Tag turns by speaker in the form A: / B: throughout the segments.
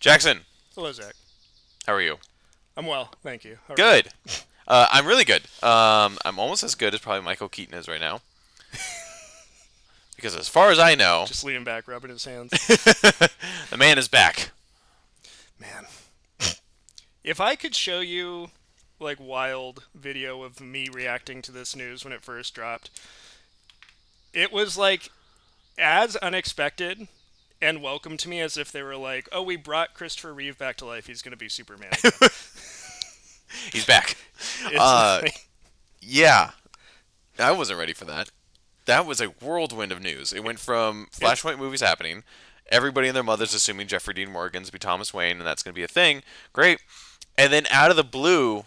A: Jackson,
B: Hello, Zach.
A: how are you?
B: I'm well, thank you. How are
A: Good. Uh, I'm really good. Um, I'm almost as good as probably Michael Keaton is right now. because as far as I know,
B: you? Just leaning back, rubbing his hands.
A: the man is back.
B: Man, if I could show you like wild video of me reacting to this news when it first dropped, it was like as unexpected and welcome to me as if they were like, "Oh, we brought Christopher Reeve back to life. He's going to be Superman." again."
A: He's back.
B: It's
A: Uh,
B: like-
A: Yeah. I wasn't ready for that. That was a whirlwind of news. It went from Flashpoint movies happening, everybody and their mothers assuming Jeffrey Dean Morgan's be Thomas Wayne and that's going to be a thing. Great. And then out of the blue,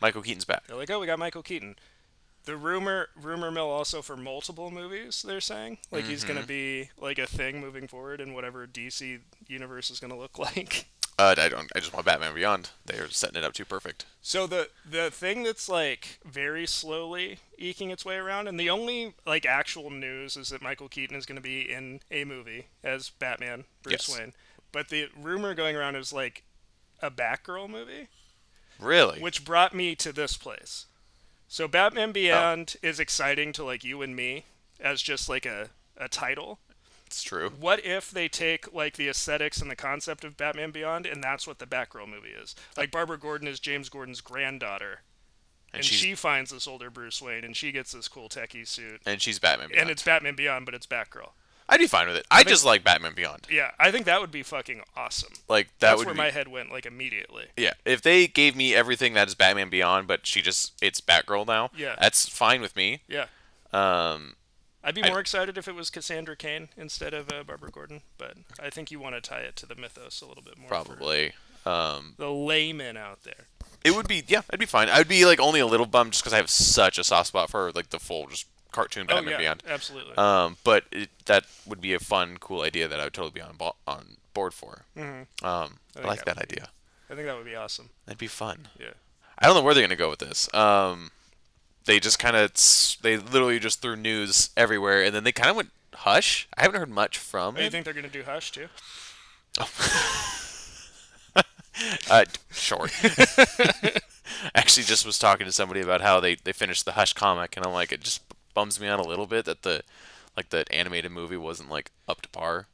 A: Michael Keaton's back.
B: they're like, "Oh, we got Michael Keaton." The rumor rumor mill also for multiple movies. They're saying like he's going to be like a thing moving forward in whatever DC universe is going to look like.
A: Uh, I don't I just want Batman Beyond. They're setting it up too perfect.
B: So the the thing that's like very slowly eking its way around, and the only like actual news is that Michael Keaton is going to be in a movie as Batman, Bruce
A: Yes.
B: Wayne. But the rumor going around is like a Batgirl movie,
A: Really?
B: which brought me to this place. So
A: Oh.
B: Batman Beyond is exciting to like you and me as just like a a title.
A: It's true.
B: What if they take like the aesthetics and the concept of Batman Beyond, and that's what the Batgirl movie is? Like Barbara Gordon is James Gordon's granddaughter
A: And,
B: and
A: she's
B: she finds this older Bruce Wayne, and she gets this cool techie suit,
A: and she's Batman Beyond.
B: and it's Batman Beyond, but it's Batgirl.
A: I'd be fine with it. I, just like Batman Beyond.
B: Yeah, I think that would be fucking awesome.
A: Like that
B: That's
A: would
B: where
A: be
B: my head went like immediately.
A: Yeah, if they gave me everything that is Batman Beyond, but she just it's Batgirl now.
B: Yeah.
A: that's fine with me.
B: Yeah,
A: Um,
B: I'd be
A: I-
B: more excited if it was Cassandra Cain instead of uh, Barbara Gordon, but I think you want to tie it to the mythos a little bit more. for
A: probably. Um,
B: the layman out there.
A: it would be yeah, I'd be fine. I'd be like only a little bummed just because I have such a soft spot for like the full just cartoon
B: Oh
A: Batman
B: yeah,
A: Beyond.
B: absolutely.
A: Um, but it, that would be a fun, cool idea that I would totally be on bo- on board for. Mm-hmm. Um, I,
B: think
A: like
B: that
A: that
B: would be-
A: idea.
B: I think that would be awesome.
A: That'd be fun.
B: Yeah.
A: I don't know where they're gonna go with this. Um, they just kind of they literally just threw news everywhere, and then they kind of went hush. I haven't heard much from.
B: Do you
A: it.
B: think they're gonna do Hush too?
A: Uh, t- sure. Actually, just was talking to somebody about how they they finished the Hush comic, and I'm like, it just b- bums me out a little bit that the like the animated movie wasn't like up to par.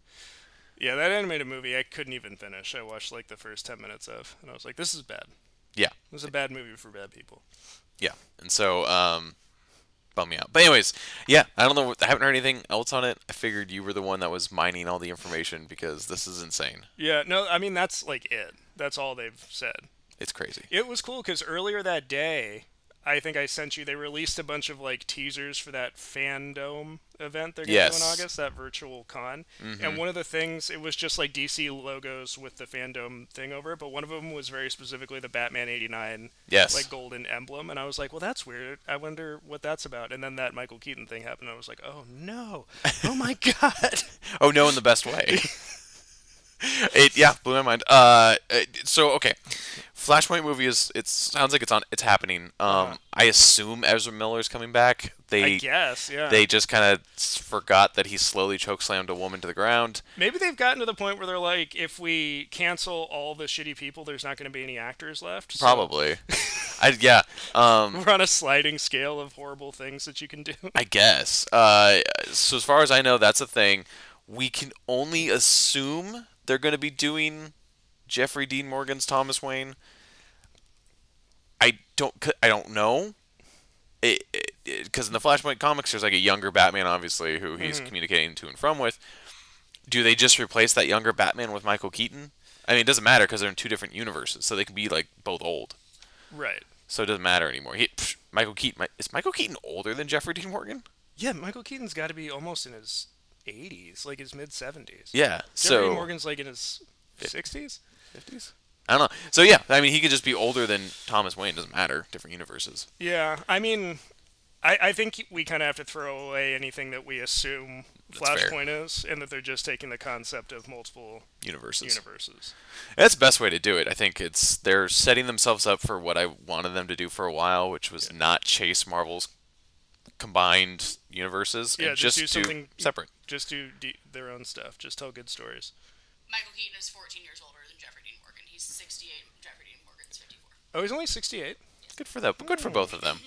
B: Yeah, that animated movie I couldn't even finish. I watched like the first ten minutes of, and I was like, "This is bad.
A: Yeah,
B: This is a bad movie for bad people."
A: yeah, and so um, bummed me out. But anyways, yeah, I don't know. what- I haven't heard anything else on it. I figured you were the one that was mining all the information because this is insane.
B: Yeah, no, I mean that's like it. That's all they've said.
A: It's crazy.
B: It was cool because earlier that day, I think I sent you. They released a bunch of like teasers for that fandom event they're gonna do in
A: Yes. Mm-hmm.
B: August, that virtual con. And one of the things it was just like DC logos with the fandom thing over it, but one of them was very specifically the Batman '89
A: Yes.
B: like golden emblem, and I was like, well, that's weird. I wonder what that's about. And then that Michael Keaton thing happened, and I was like, oh no, oh my god.
A: Oh no, in the best way. it yeah blew my mind. Uh, it- so okay, Flashpoint movie is it sounds like it's on it's happening. Um, I assume Ezra Miller's coming back.
B: I
A: They
B: guess, yeah.
A: they just kind of forgot that he slowly chokeslammed a woman to the ground.
B: Maybe they've gotten to the point where they're like, if we cancel all the shitty people, there's not going to be any actors left. So
A: Probably. I yeah. Um,
B: we're on a sliding scale of horrible things that you can do.
A: I guess. Uh, so as far as I know, that's a thing. We can only assume they're going to be doing Jeffrey Dean Morgan's Thomas Wayne. I don't. c- I don't know. Because it, it, 'cause in the Flashpoint comics, there's like a younger Batman, obviously, who he's communicating to and from with. Do they just replace that younger Batman with Michael Keaton? I mean, it doesn't matter because they're in two different universes, so they can be like both old.
B: right.
A: So it doesn't matter anymore. He, psh, Michael Keaton Mi- is Michael Keaton older than Jeffrey Dean Morgan?
B: Yeah, Michael Keaton's got to be almost in his 80s, like his mid 70s.
A: Yeah.
B: Jeffrey
A: so
B: Morgan's like in his 60s?
A: 50s. I don't know. So yeah, I mean, he could just be older than Thomas Wayne. Doesn't matter. Different universes.
B: Yeah, I mean, I, I think we kind of have to throw away anything that we assume
A: That's fair.
B: Flashpoint is, and that they're just taking the concept of multiple
A: Universes.
B: universes.
A: That's the best way to do it. I think it's they're setting themselves up for what I wanted them to do for a while, which was not chase Marvel's combined universes
B: Yeah,
A: and
B: just
A: just,
B: do something-
A: separate.
B: Just do d- their own stuff. Just tell good stories.
C: Michael Keaton is 14 years older than Jeffrey Dean Morgan. He's 68. and Jeffrey Dean Morgan's 54.
B: Oh, he's only 68.
A: Good for them. Good
B: Hmm.
A: for both of them.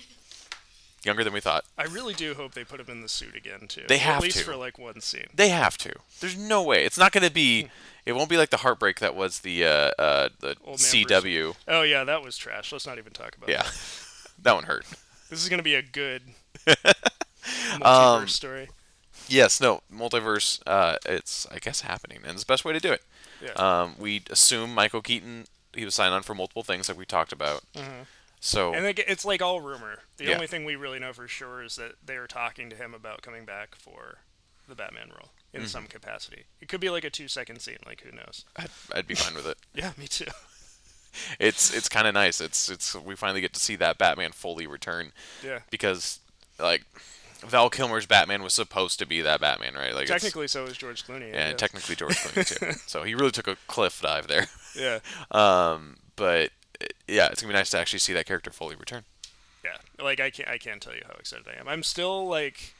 A: Younger than we thought.
B: I really do hope they put him in the suit again too.
A: They have
B: at least
A: to.
B: for like one scene.
A: They have to. There's no way. It's not going to be. It won't be like the heartbreak that was the uh, uh, the
B: Hmm. Old Man
A: CW.
B: Oh yeah, that was trash. Let's not even talk about.
A: Yeah,
B: that.
A: that one hurt.
B: This is gonna be a good multiverse
A: Um,
B: story.
A: Yes, no multiverse. Uh, it's I guess happening, and it's the best way to do it.
B: Yeah.
A: Um, we assume Michael Keaton he was signed on for multiple things like we talked about. So
B: Mm-hmm. and like, it's like all rumor. The
A: Yeah.
B: only thing we really know for sure is that they are talking to him about coming back for the Batman role in
A: Mm-hmm.
B: some capacity. It could be like a two-second scene. Like who knows?
A: I'd, I'd be fine with it.
B: Yeah, me too.
A: It's it's kind of nice. It's it's we finally get to see that Batman fully return
B: Yeah.
A: because like Val Kilmer's Batman was supposed to be that Batman, right? Like it's-
B: Technically, so is George Clooney. I
A: and
B: guess.
A: technically George Clooney too. So he really took a cliff dive there.
B: yeah.
A: Um, but uh, yeah, it's gonna be nice to actually see that character fully return.
B: yeah like i can't i can't tell you how excited i am i'm still like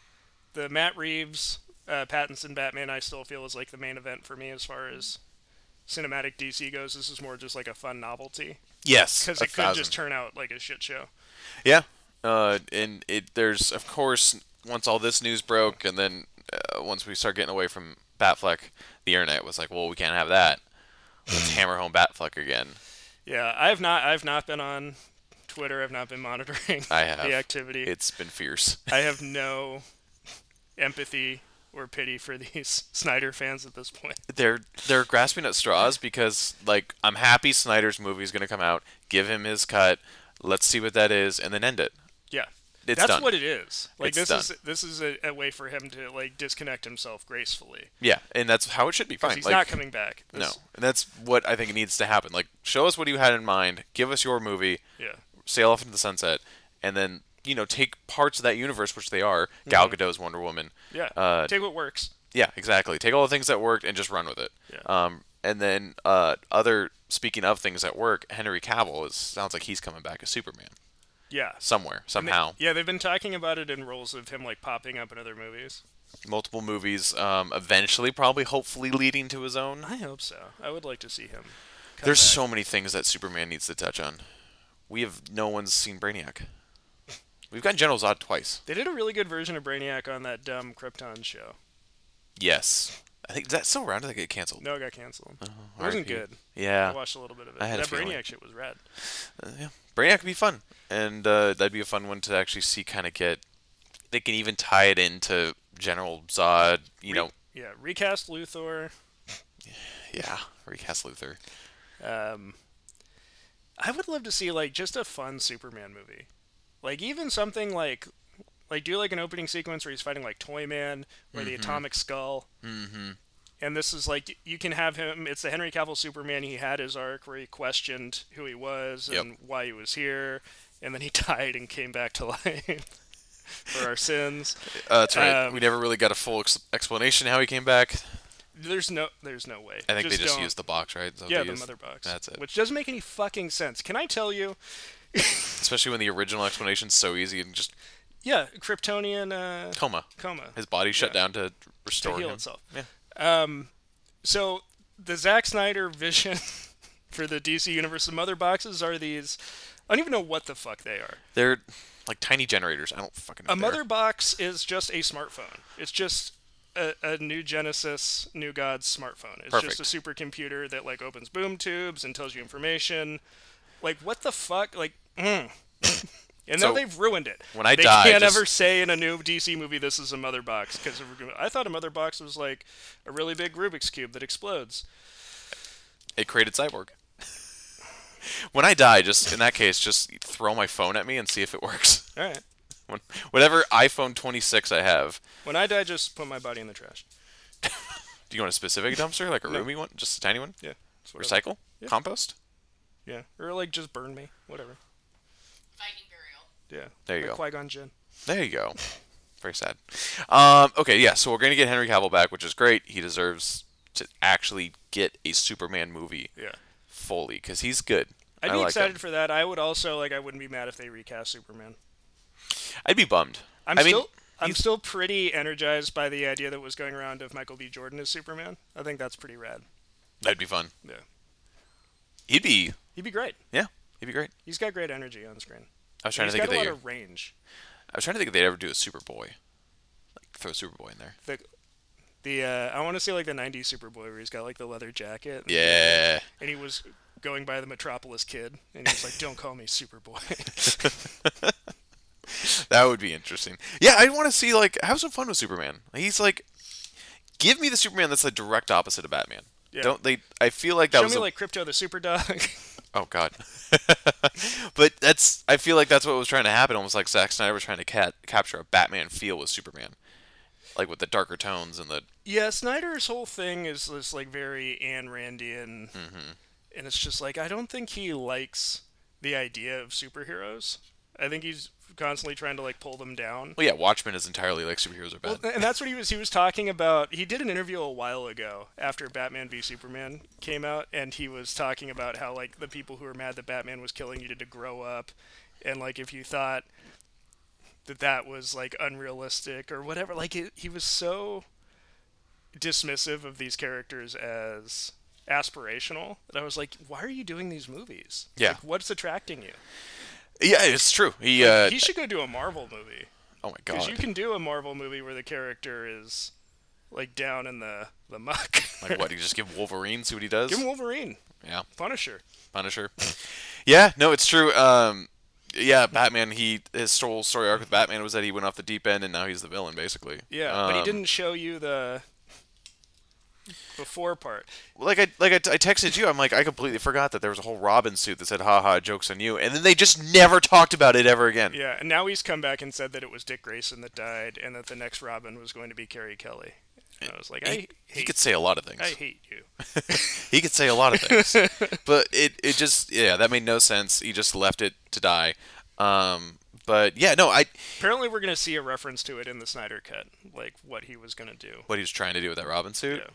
B: the matt reeves uh, pattinson batman i still feel is like the main event for me as far as cinematic dc goes this is more just like a fun novelty
A: Yes,
B: because
A: a
B: it could
A: thousand.
B: just turn out like a shit show
A: Yeah. Uh, and it there's of course once all this news broke and then uh, once we start getting away from Batfleck, the internet was like, well, we can't have that.
B: Hmm.
A: Let's hammer home Batfleck again.
B: yeah i've not i've not been on twitter i've not been monitoring
A: I have.
B: the activity
A: It's been fierce.
B: i have no empathy or pity for these snyder fans at this point
A: They're they're grasping at straws because like I'm happy Snyder's movie is gonna come out. Give him his cut. Let's see what that is, and then end it.
B: Yeah.
A: It's
B: That's
A: done.
B: what it is. Like
A: It's
B: this
A: done.
B: is this is a, a way for him to like disconnect himself gracefully.
A: Yeah, and that's how it should be. Fine.
B: He's
A: like,
B: not coming back.
A: No,
B: This-
A: and that's what I think needs to happen. Like, show us what you had in mind. Give us your movie.
B: Yeah.
A: sail off into the sunset, and then you know take parts of that universe, which they are. Gal Gadot's Wonder Woman.
B: Mm-hmm. Yeah.
A: Uh,
B: Take what works.
A: yeah, exactly. Take all the things that worked and just run with it.
B: Yeah.
A: Um, and then uh, other speaking of things that work, Henry Cavill is sounds like he's coming back as Superman
B: Yeah.
A: somewhere
B: And they-
A: somehow.
B: yeah, they've been talking about it in roles of him like popping up in other movies.
A: Multiple movies, um, eventually probably hopefully leading to his own.
B: I hope so. I would like to see him. come
A: There's
B: back.
A: so many things that Superman needs to touch on. We have no one's seen Brainiac. We've gotten General Zod twice.
B: They did a really good version of Brainiac on that dumb Krypton show.
A: Yes. I think is that still around. I think it canceled.
B: No, it got canceled.
A: Oh,
B: it wasn't
A: RIP.
B: good.
A: Yeah.
B: I watched a little bit of it.
A: I had a
B: that
A: feeling.
B: Brainiac shit was rad.
A: Uh, yeah, Brainiac would be fun, and uh, that'd be a fun one to actually see. Kind of get, they can even tie it into General Zod. You know,
B: Yeah, recast Luthor.
A: yeah, recast Luthor.
B: Um, I would love to see like just a fun Superman movie, like even something like like do like an opening sequence where he's fighting like Toy Man or the Atomic Skull. Mm-hmm. And this is like you can have him. It's the Henry Cavill Superman he had his arc where he questioned who he was
A: Yep.
B: and why he was here, and then he died and came back to life for our sins.
A: Uh, that's right.
B: Um,
A: we never really got a full ex- explanation how he came back.
B: There's no, there's no way.
A: I think they just
B: don't-
A: used the box, right? Is that what
B: yeah
A: they
B: the
A: used?
B: mother box.
A: That's it.
B: Which doesn't make any fucking sense. Can I tell you?
A: Especially when the original explanation's so easy and just
B: Yeah, Kryptonian uh,
A: coma.
B: coma
A: His body shut
B: Yeah.
A: down to
B: to
A: restore
B: heal
A: him.
B: itself.
A: Yeah.
B: Um, so the Zack Snyder vision for the DC universe, the mother boxes are these. I don't even know what the fuck they are.
A: They're like tiny generators. I don't fucking know.
B: A mother box is just a smartphone. It's just a, a new Genesis, new God's smartphone. It's just a supercomputer that like opens boom tubes and tells you information. Like what the fuck? Like. Mm. And now
A: So,
B: they've ruined it.
A: when I
B: they
A: die,
B: can't
A: just-
B: ever say in a new DC movie this is a mother box because I thought a mother box was like a really big Rubik's cube that explodes.
A: It created Cyborg. when I die, just in that case, just throw my phone at me and see if it works.
B: All right.
A: When- Whatever iPhone 26 I have,
B: When I die, just put my body in the trash.
A: Do you want a specific dumpster, like a roomy one, just a tiny one?
B: Yeah. it's whatever.
A: Recycle, compost.
B: Yeah. Or like just burn me. Whatever.
C: Viking burial.
B: Yeah.
A: There you
B: like
A: go.
B: Qui Gon Jinn.
A: There you go. Very sad. Um, okay, yeah. So we're gonna get Henry Cavill back, which is great. He deserves to actually get a Superman movie
B: Yeah.
A: fully because he's good.
B: I'd
A: I
B: be
A: like
B: excited
A: him.
B: for that. I would also like. I wouldn't be mad if they recast Superman.
A: I'd be bummed.
B: I'm
A: I mean,
B: still. I'm still pretty energized by the idea that was going around of Michael B. Jordan as Superman. I think that's pretty rad.
A: That'd be fun.
B: Yeah.
A: He'd be
B: He'd be great.
A: yeah. He'd be great.
B: He's got great energy on screen.
A: I was trying
B: He's
A: to think
B: got
A: if
B: a
A: they.
B: lot of range.
A: I was trying to think if they'd ever do a Superboy. Like throw Superboy in there.
B: The, the uh, I want to see like the '90s Superboy where he's got like the leather jacket.
A: Yeah.
B: And he was going by the Metropolis Kid, and he was like, "Don't call me Superboy."
A: That would be interesting. Yeah, I want to see like have some fun with Superman. He's like, give me the Superman that's the direct opposite of Batman.
B: Yeah.
A: Don't they? I feel like that
B: Show
A: was
B: me
A: a-
B: like Crypto the Superdog.
A: oh god. but that's I feel like that's what was trying to happen. Almost like Zack Snyder was trying to cat, capture a Batman feel with Superman, like with the darker tones and the
B: yeah, Snyder's whole thing is this like very Ayn Randian, and it's just like I don't think he likes the idea of superheroes. I think he's constantly trying to like pull them down.
A: well yeah Watchmen is entirely like superheroes are bad.
B: Well, and that's what he was he was talking about. He did an interview a while ago after Batman v Superman came out and he was talking about how like the people who were mad that Batman was killing needed to grow up and like if you thought that that was like unrealistic or whatever like it, he was so dismissive of these characters as aspirational that I was like why are you doing these movies?
A: Yeah.
B: Like, what's attracting you?
A: yeah, it's true. He uh
B: He should go do a Marvel movie.
A: oh my
B: Because
A: god
B: you can do a Marvel movie where the character is like down in the the muck.
A: like what? You just give Wolverine see what he does.
B: Give him Wolverine,
A: yeah.
B: Punisher.
A: Punisher. yeah, no, it's true. Um, yeah, Batman. He his whole story arc with Batman was that he went off the deep end and now he's the villain, basically.
B: Yeah, but he
A: Um,
B: didn't show you the before part.
A: Like I like I, t- I texted you. I'm like I completely forgot that there was a whole Robin suit that said "Ha ha, jokes on you," and then they just never talked about it ever again.
B: Yeah, and now he's come back and said that it was Dick Grayson that died, and that the next Robin was going to be Carrie Kelly. And I was like, I
A: He,
B: hate,
A: he could say a lot of things.
B: I hate you.
A: He could say a lot of things, but it it just yeah that made no sense. He just left it to die. Um, but yeah, no, I
B: Apparently, we're gonna see a reference to it in the Snyder cut, like what he was gonna do.
A: what he was trying to do with that Robin suit.
B: Yeah.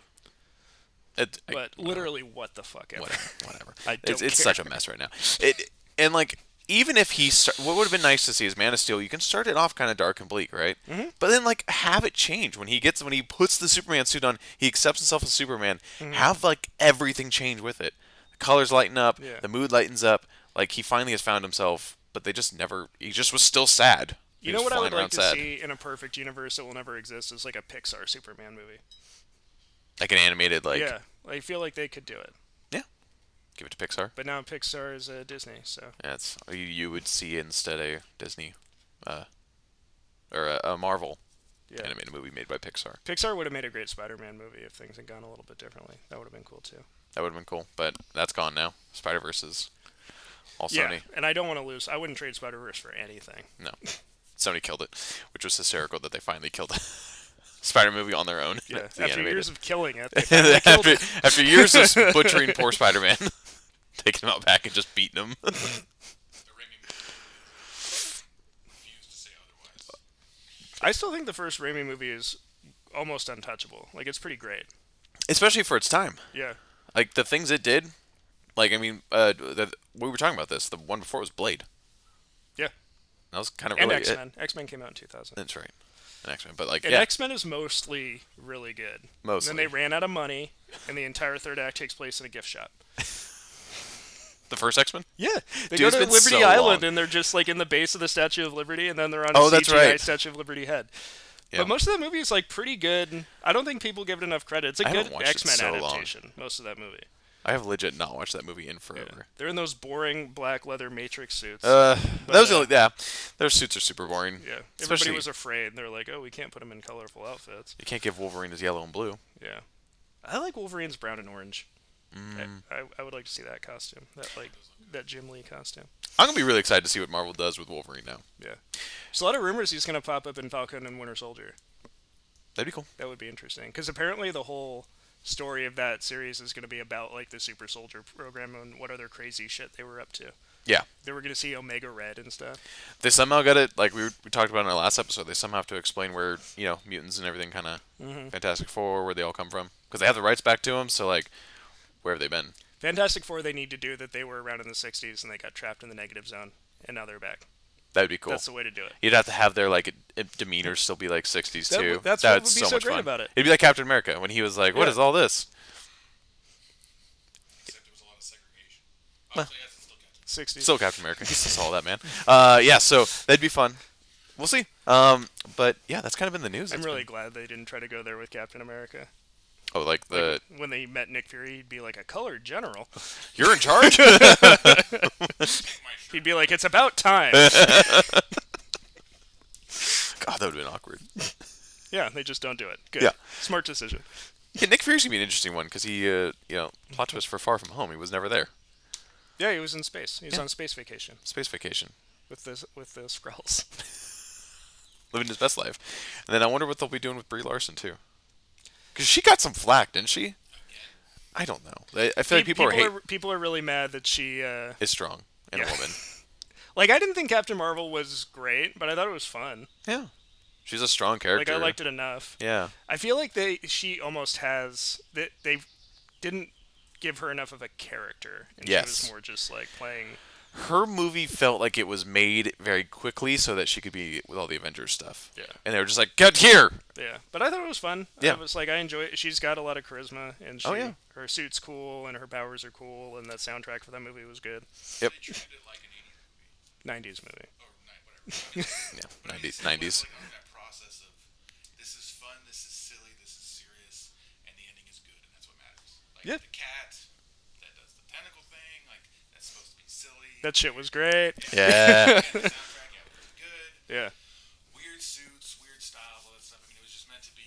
A: It, I-
B: But literally, what the fuck ever.
A: uh, whatever, whatever.
B: I
A: it's,
B: don't
A: it's
B: care.
A: such a mess right now. It and like even if he start, what would have been nice to see is Man of Steel. You can start it off kind of dark and bleak, right? Mm-hmm. But then like have it change when he gets when he puts the Superman suit on. He accepts himself as Superman.
B: Mm-hmm.
A: Have like everything change with it. The colors lighten up.
B: Yeah.
A: The mood lightens up. Like he finally has found himself. But they just never. He just was still sad. He
B: You know
A: was
B: what I
A: flying
B: would like
A: around
B: to
A: sad.
B: see in a perfect universe that will never exist is like a Pixar Superman movie.
A: Like an animated like.
B: yeah, I feel like they could do it,
A: yeah. Give it to Pixar.
B: but now Pixar is uh, Disney, so
A: That's you, you would see instead a Disney, uh, or a, a Marvel
B: yeah.
A: animated movie made by Pixar.
B: Pixar would have made a great Spider-Man movie if things had gone a little bit differently. That would have been cool too.
A: That would have been cool, but that's gone now. Spider Verse is all
B: Yeah,
A: Sony.
B: and I don't want to lose. I wouldn't trade Spider-Verse for anything.
A: No, Sony killed it, which was hysterical that they finally killed Spider movie on their own.
B: Yeah,
A: the
B: after
A: animated.
B: years of killing it, they finally killed
A: after,
B: it.
A: after years of butchering poor Spider Man, taking him out back and just beating him.
B: I still think the first Raimi movie is almost untouchable. Like it's pretty great.
A: Especially for its time.
B: Yeah,
A: Like the things it did, like I mean, uh, the, we were talking about this. The one before was Blade.
B: yeah.
A: That was kind of
B: And
A: really it.
B: X-Men. X-Men came out in 2000.
A: That's right. An X Men, but like
B: And
A: yeah,
B: X Men is mostly really good.
A: Mostly.
B: And then they ran out of money, and the entire third act takes place in a gift shop.
A: the first X Men.
B: Yeah, they
A: Dude,
B: go
A: it's
B: to
A: been
B: Liberty
A: so
B: Island,
A: long.
B: and they're just like in the base of the Statue of Liberty, and then they're on a
A: Oh, that's
B: CGI
A: right.
B: Statue of Liberty head.
A: Yeah.
B: But most of that movie is like pretty good. I don't think people give it enough credit. It's a
A: I haven't
B: good
A: watched it
B: X Men
A: so long.
B: adaptation. Most of that movie.
A: I have legit not watched that movie in forever.
B: They're in those boring black leather Matrix suits.
A: Uh,
B: But,
A: those
B: uh,
A: are like, yeah, their suits are super boring.
B: yeah, everybody
A: especially
B: was afraid. They're like, "Oh, we can't put them in colorful outfits."
A: you can't give Wolverine his yellow and blue.
B: Yeah, I like Wolverine's brown and orange. I, I, I would like to see that costume, that like that Jim Lee costume.
A: I'm gonna be really excited to see what Marvel does with Wolverine now.
B: Yeah, there's a lot of rumors he's gonna pop up in Falcon and Winter Soldier.
A: That'd be cool.
B: That would be interesting because apparently the whole story of that series is gonna be about like the Super Soldier program and what other crazy shit they were up to.
A: Yeah,
B: They were gonna see Omega Red and stuff.
A: they somehow got it. Like we, were, we talked about in our last episode, they somehow have to explain where you know mutants and everything kind of
B: Mm-hmm.
A: Fantastic Four, where they all come from, because they have the rights back to them. So like, where have they been?
B: Fantastic Four they need to do that they were around in the '60s and they got trapped in the negative zone and now they're back.
A: That'd be cool.
B: That's the way to do it.
A: You'd have to have their like d- demeanor still be like 60s
B: That
A: too.
B: w- that's what
A: That'd
B: would be so
A: much
B: great
A: fun.
B: about it.
A: It'd be like Captain America when he was like, "What
B: Yeah.
A: is all this?"
D: Actually, that's still good.
B: 60.
A: Still Captain America. He's still all that man. Uh, yeah, so that'd be fun. We'll see. Um, but yeah, that's kind of been the news.
B: I'm
A: It's
B: really
A: been-
B: glad they didn't try to go there with Captain America.
A: oh, like the
B: When they met Nick Fury, he'd be like a colored general.
A: you're in charge.
D: Take my shirt.
B: He'd be like, "It's about time."
A: God, that would've been awkward.
B: yeah, they just don't do it. Good.
A: Yeah.
B: Smart decision.
A: Yeah, Nick Fury's gonna be an interesting one because he, uh, you know, plot twist for Far From Home. He was never there.
B: Yeah, he was in space. He was on space vacation
A: Space vacation,
B: with the with the Skrulls.
A: living his best life. And then I wonder what they'll be doing with Brie Larson too, because she got some flack, didn't she? I don't know. I, I feel like
B: Pe-
A: people, are hate
B: people are really mad that she uh,
A: is strong and a
B: Yeah.
A: woman.
B: like I didn't think Captain Marvel was great, but I thought it was fun.
A: Yeah, she's a strong character.
B: Like I liked it enough.
A: Yeah.
B: I feel like they she almost has that they didn't give her enough of a character. And She
A: Yes.
B: was more just like playing.
A: her movie felt like it was made very quickly so that she could be with all the Avengers stuff.
B: Yeah.
A: And they were just like, get here!
B: Yeah, but I thought it was fun.
A: Yeah.
B: it was like I enjoy. it. She's got a lot of charisma, and she,
A: Oh, yeah.
B: her suit's cool, and her powers are cool, and that soundtrack for that movie was good.
A: Yep.
D: They treated it like an 80s movie.
B: '90s movie.
D: Or nine, whatever.
A: Yeah,
D: But I mean,
A: 90s.
D: it's
A: 90s.
D: still like on that process of, this is fun, this is silly, this is serious, and the ending is good, and that's what matters. Like,
B: Yeah.
D: the cat that does the tentacle thing, like, that's supposed to be silly.
B: That shit was great.
A: Yeah.
D: and the soundtrack, yeah, pretty good.
B: Yeah.
D: Weird suits, weird style, all that stuff. I mean, it was just meant to be,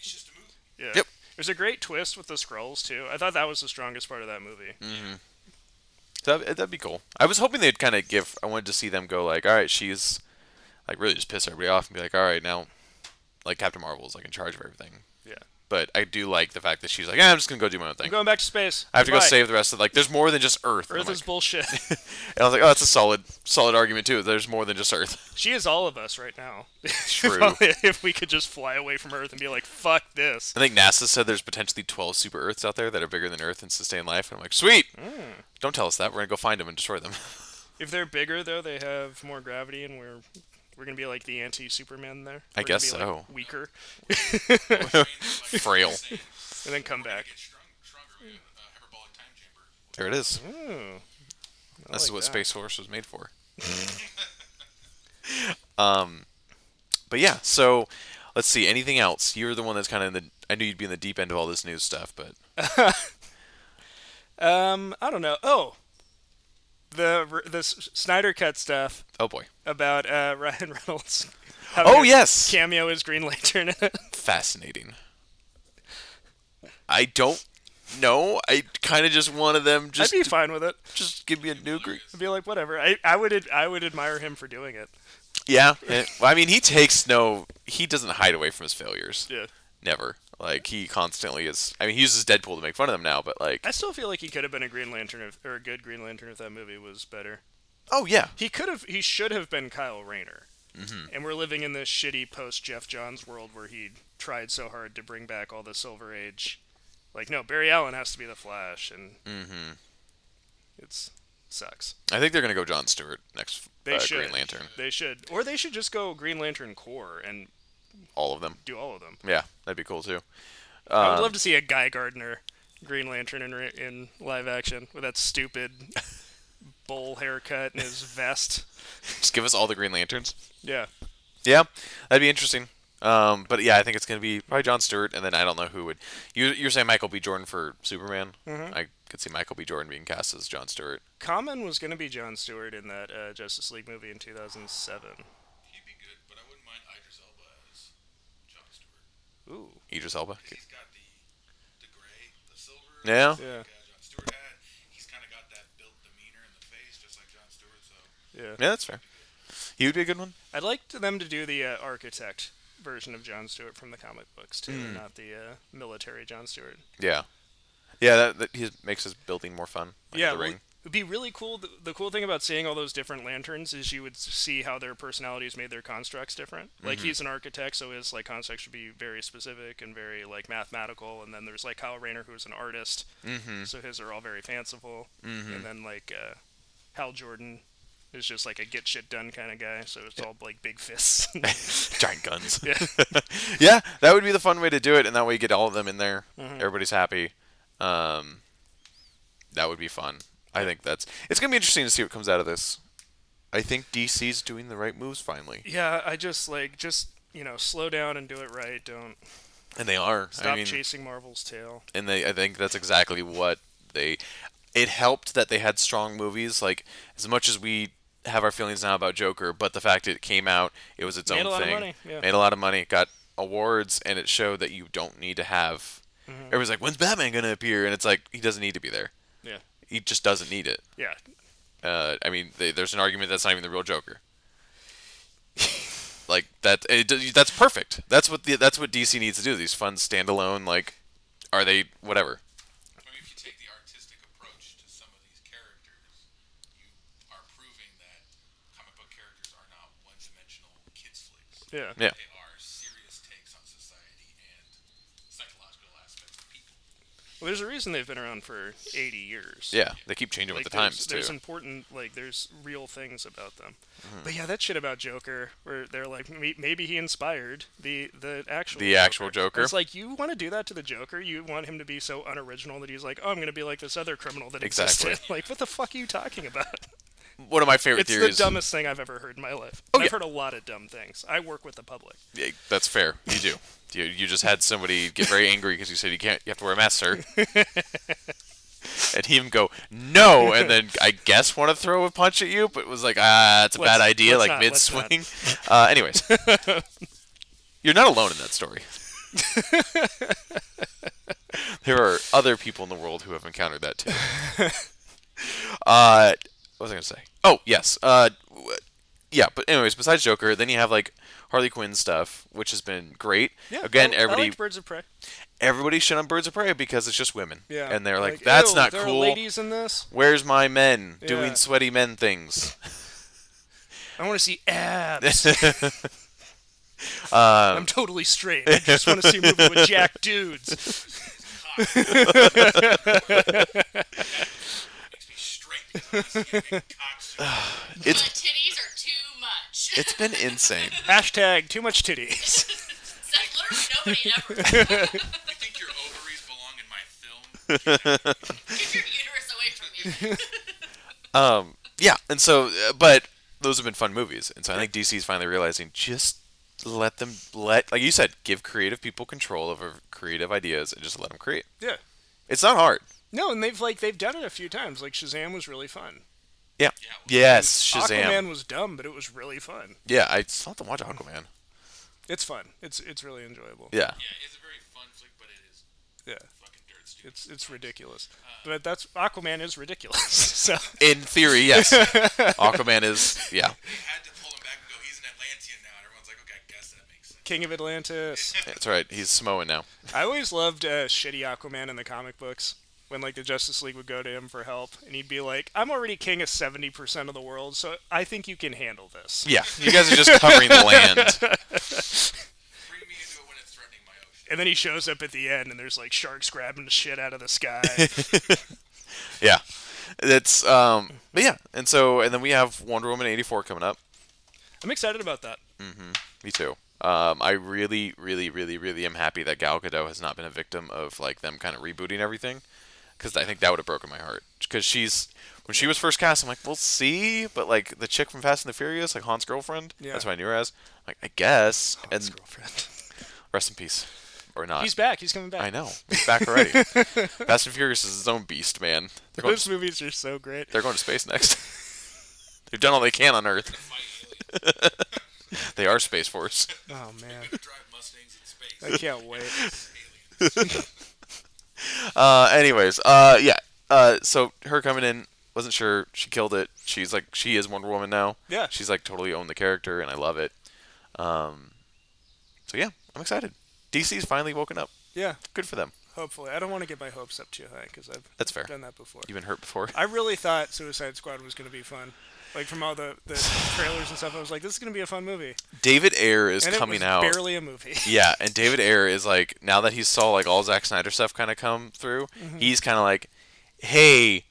D: it's just a movie.
B: Yeah.
A: Yep.
B: There's a great twist with the scrolls too. I thought that was the strongest part of that movie.
A: Mm. so that'd, that'd be cool. I was hoping they'd kind of give, I wanted to see them go like, all right, she's, like, really just piss everybody off and be like, all right, now, like, Captain Marvel's, like, in charge of everything.
B: Yeah.
A: But I do like the fact that she's like, "Eh, I'm just going to go do my own
B: I'm
A: thing.
B: going back to space.
A: I have to go
B: Goodbye.
A: save the rest of, like, there's more than just Earth. And, I'm
B: Earth is
A: like-
B: bullshit.
A: and I was like, oh, that's a solid, solid argument, too. There's more than just Earth.
B: she is all of us right now.
A: True.
B: if we could just fly away from Earth and be like, fuck this.
A: I think NASA said there's potentially 12 super Earths out there that are bigger than Earth and sustain life. And I'm like, sweet. Don't tell us that. We're gonna go find them and destroy them.
B: If they're bigger though, they have more gravity, and we're we're gonna be like the anti-Superman there.
A: I
B: We're gonna
A: guess
B: be, like,
A: so.
B: weaker,
A: Frail.
B: and then come back.
D: Get strung, stronger in a hyperbolic time chamber.
A: There it is.
B: Ooh, Hmm. I
A: this is
B: like
A: what
B: that.
A: Space Force was made for. um, but yeah. So let's see. Anything else? You're the one that's kind of in the. I knew you'd be in the deep end of all this news stuff, but
B: Um, I don't know. Oh, the r- the S- Snyder cut stuff
A: oh boy,
B: about uh, Ryan Reynolds. having
A: Oh,
B: a
A: yes!
B: cameo as Green Lantern. in it.
A: fascinating. I don't know. I kind of just wanted them
B: I'd
A: just
B: be fine with it.
A: just give me a new. Gr-
B: I'd be like, whatever. I, I would ad- I would admire him for doing it.
A: yeah. eh, Well, I mean, he takes no. He doesn't hide away from his failures.
B: Yeah.
A: Never. Like he constantly is. I mean, he uses Deadpool to make fun of them now, but like,
B: I still feel like he could have been a Green Lantern if, or a good Green Lantern if that movie was better.
A: oh yeah,
B: He could have. He should have been Kyle Rayner. Mm-hmm. And we're living in this shitty post Jeff Johns world where he tried so hard to bring back all the Silver Age. Like no, Barry Allen has to be the Flash, and
A: Mm-hmm.
B: it's sucks.
A: I think they're gonna go John Stewart next.
B: They
A: uh,
B: should
A: Green Lantern,
B: They should, or they should just go Green Lantern core and
A: all of them.
B: do all of them.
A: Yeah, that'd be cool too.
B: I
A: Um,
B: would love to see a Guy Gardner Green Lantern in, re- in live action with that stupid bowl haircut and his vest.
A: Just give us all the Green Lanterns.
B: Yeah.
A: Yeah, that'd be interesting. Um, but yeah, I think it's gonna be probably John Stewart, and then I don't know who would. You, you're saying Michael B. Jordan for Superman?
B: Mm-hmm.
A: I could see Michael B. Jordan being cast as John Stewart.
B: Common was going to be John Stewart in that uh, Justice League movie in 2007.
D: He'd be good, but I wouldn't mind Idris Elba as John Stewart.
B: Ooh.
A: Idris Elba.
D: He's got the the gray, the silver.
A: Yeah.
D: Like,
B: Yeah.
D: uh, John Stewart had. He's kind of got that built demeanor in the face, just like John Stewart. So
B: Yeah.
A: Yeah, that's fair. He would be a good one.
B: I'd like to them to do the uh, architect version of John Stewart from the comic books too, and not the uh, military John Stewart.
A: Yeah, yeah. That, that he makes his building more fun. Like
B: yeah,
A: the
B: well,
A: ring.
B: it'd be really cool. The, the cool thing about seeing all those different lanterns is you would s- see how their personalities made their constructs different. Like
A: Mm-hmm.
B: he's an architect, so his like constructs should be very specific and very like mathematical. And then there's like Kyle Rayner, who's an artist, mm-hmm. so his are all very fanciful.
A: Mm-hmm.
B: And then like uh, Hal Jordan is just like a get shit done kind of guy, so it's all like big fists.
A: giant guns.
B: Yeah.
A: yeah, that would be the fun way to do it, and that
B: Mm-hmm.
A: way you get all of them in there. Everybody's happy. Um, that would be fun. I think that's. It's gonna be interesting to see what comes out of this. I think DC's doing the right moves finally,
B: Yeah, I just like just you know slow down and do it right. Don't
A: and they are.
B: stop
A: I mean,
B: chasing Marvel's tail.
A: and they I think that's exactly what they it helped that they had strong movies like as much as we have our feelings now about Joker but the fact it came out it was its
B: Made
A: own
B: a lot of
A: thing
B: money, yeah.
A: made a lot of money got awards and it showed that you don't need to have
B: Mm-hmm.
A: everybody's like when's Batman going to appear and it's like he doesn't need to be there
B: Yeah,
A: he just doesn't need it
B: yeah.
A: uh, I mean they, there's an argument that's not even the real Joker like that it, that's perfect that's what the, that's what DC needs to do these fun standalone like are they whatever
D: I mean, if you take the artistic approach to some of these characters, you are proving that comic book characters are not one-dimensional kids flicks.
B: Yeah.
A: yeah
D: They are serious takes on society and psychological aspects of people.
B: Well, there's a reason they've been around for 80 years.
A: Yeah, they keep changing
B: Like,
A: with the
B: there's,
A: times
B: there's
A: too.
B: important like there's real things about them.
A: Mm-hmm.
B: But yeah, that shit about Joker where they're like "May- maybe he inspired the the actual
A: The actual Joker.
B: It's like you want to do that to the Joker. You want him to be so unoriginal that he's like, "Oh, I'm going to be like this other criminal that
A: Exactly.
B: existed." Like, what the fuck are you talking about?
A: One of my favorite
B: It's
A: theories.
B: the dumbest thing I've ever heard in my life.
A: Oh,
B: I've
A: yeah.
B: heard a lot of dumb things. I work with the public.
A: Yeah, that's fair. You do. You, you just had somebody get very angry because you said you can't. You have to wear a mask, sir. and him go no, and then I guess want to throw a punch at you, but was like, ah, it's a
B: Let's-
A: bad idea,
B: let's
A: like
B: not,
A: mid
B: let's not.
A: swing. Uh, anyways, you're not alone in that story. there are other people in the world who have encountered that too. Uh, what was I gonna say? Oh yes. Uh, w- yeah. But anyways, besides Joker, then you have like Harley Quinn stuff, which has been great. Again,
B: I, I
A: everybody
B: liked Birds of Prey.
A: everybody shit on Birds of Prey because it's just women.
B: Yeah.
A: And they're like, that's
B: "Ew,
A: not
B: there are
A: cool.
B: ladies in this.
A: Where's my men
B: Yeah.
A: doing sweaty men things?
B: I want to see abs.
A: Um,
B: I'm totally straight. I just want to see a movie with jack dudes.
D: Makes me straight because I see a big cock suit.
C: The
A: it's
C: titties are too much.
A: it's been insane.
B: Hashtag too much titties.
C: Said literally nobody ever.
D: You think your ovaries belong in my film?
C: Get your uterus away from me.
A: Um, yeah. And so, uh, but those have been fun movies, and so I think DC's finally realizing just let them let like you said, give creative people control over creative ideas and just let them create.
B: yeah.
A: It's not hard.
B: No, and they've like they've done it a few times. Like Shazam was really fun.
A: Yeah. Yes, Shazam.
B: Aquaman was dumb, but it was really fun.
A: Yeah, I still have to watch Aquaman.
B: It's fun. It's it's really enjoyable.
A: Yeah.
D: Yeah, it's a very fun flick, but it is
B: Yeah.
D: fucking dirt stupid.
B: It's it's ridiculous. But that's Aquaman is ridiculous. So
A: In theory, yes. Aquaman is yeah.
D: They had to pull him back and go, he's an Atlantean now, and everyone's like, okay, I guess that makes sense.
B: King of Atlantis.
A: That's right. He's Samoan now.
B: I always loved uh, shitty Aquaman in the comic books when like the Justice League would go to him for help, and he'd be like, "I'm already king of seventy percent of the world, so I think you can handle this."
A: Yeah. You guys are just covering the land.
D: Bring me into it when it's threatening my ocean.
B: And then he shows up at the end, and there's like sharks grabbing the shit out of the sky.
A: Yeah. It's um but yeah. And so and then we have Wonder Woman 84 coming up.
B: I'm excited about that.
A: Me too. Um, I really, really, really, really am happy that Gal Gadot has not been a victim of like them kind of rebooting everything, because I think that would have broken my heart. Because she's when she was first cast, I'm like, we'll see, but like the chick from Fast and the Furious, like Han's girlfriend,
B: Yeah.
A: that's what I knew her as. I'm like, I guess,
B: His
A: and
B: girlfriend.
A: rest in peace, or not.
B: He's back. He's coming back.
A: I know he's back already. Fast and Furious is his own beast, man. They're going,
B: Those movies are so great.
A: they're going to space next. They've done all they can on Earth.
D: Fight aliens.
A: They are Space Force.
B: Oh man,
D: Drive Mustangs in space.
B: I can't wait.
D: aliens.
A: Uh, anyways, uh, yeah. Uh, so her coming in, wasn't sure. She killed it. She's like, she is Wonder Woman now.
B: Yeah.
A: She's like totally owned the character, and I love it. Um, so yeah, I'm excited. DC's finally woken up.
B: Yeah,
A: Good for them.
B: hopefully. I don't want to get my hopes up too high because I've
A: That's fair.
B: done that before.
A: You've been hurt before.
B: I really thought Suicide Squad was going to be fun. Like from all the, the trailers and stuff, I was like, "This is going to be a fun movie."
A: David Ayer is
B: and
A: coming
B: it was
A: out.
B: barely a movie.
A: yeah, and David Ayer is like now that he saw like all Zack Snyder stuff kind of come through,
B: Mm-hmm.
A: he's kind of like, hey,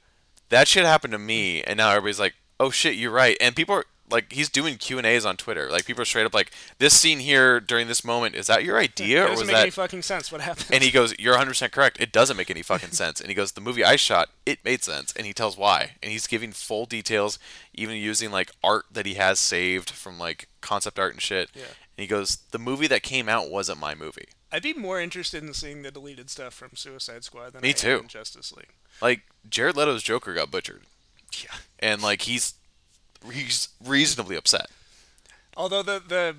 A: that shit happened to me, and now everybody's like, oh shit, you're right, and people are like he's doing Q and A's on Twitter. Like people are straight up like, this scene here during this moment is that your idea
B: It
A: or
B: doesn't
A: was
B: make any
A: that?
B: fucking sense. What happened?
A: And he goes, "You're 100 percent correct. It doesn't make any fucking sense." And he goes, "The movie I shot, it made sense." And he tells why, and he's giving full details, even using like art that he has saved from like concept art and shit.
B: Yeah.
A: And he goes, "The movie that came out wasn't my movie."
B: I'd be more interested in seeing the deleted stuff from Suicide Squad than
A: Me
B: I am
A: too.
B: in Justice League.
A: Like Jared Leto's Joker got butchered,
B: Yeah.
A: and like he's he's reasonably upset.
B: Although the the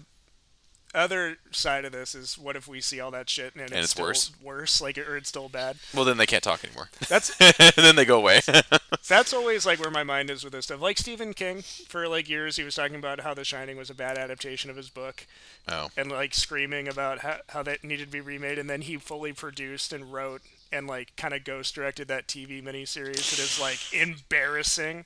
B: other side of this is, what if we see all that shit and,
A: it's
B: still
A: worse.
B: Worse, like or it's still bad.
A: Well, then they can't talk anymore.
B: That's
A: then they go away.
B: that's always like where my mind is with this stuff. Like Stephen King, for like years, he was talking about how The Shining was a bad adaptation of his book,
A: oh,
B: and like screaming about how how that needed to be remade. And then he fully produced and wrote and like kind of ghost directed that TV miniseries that is like embarrassing.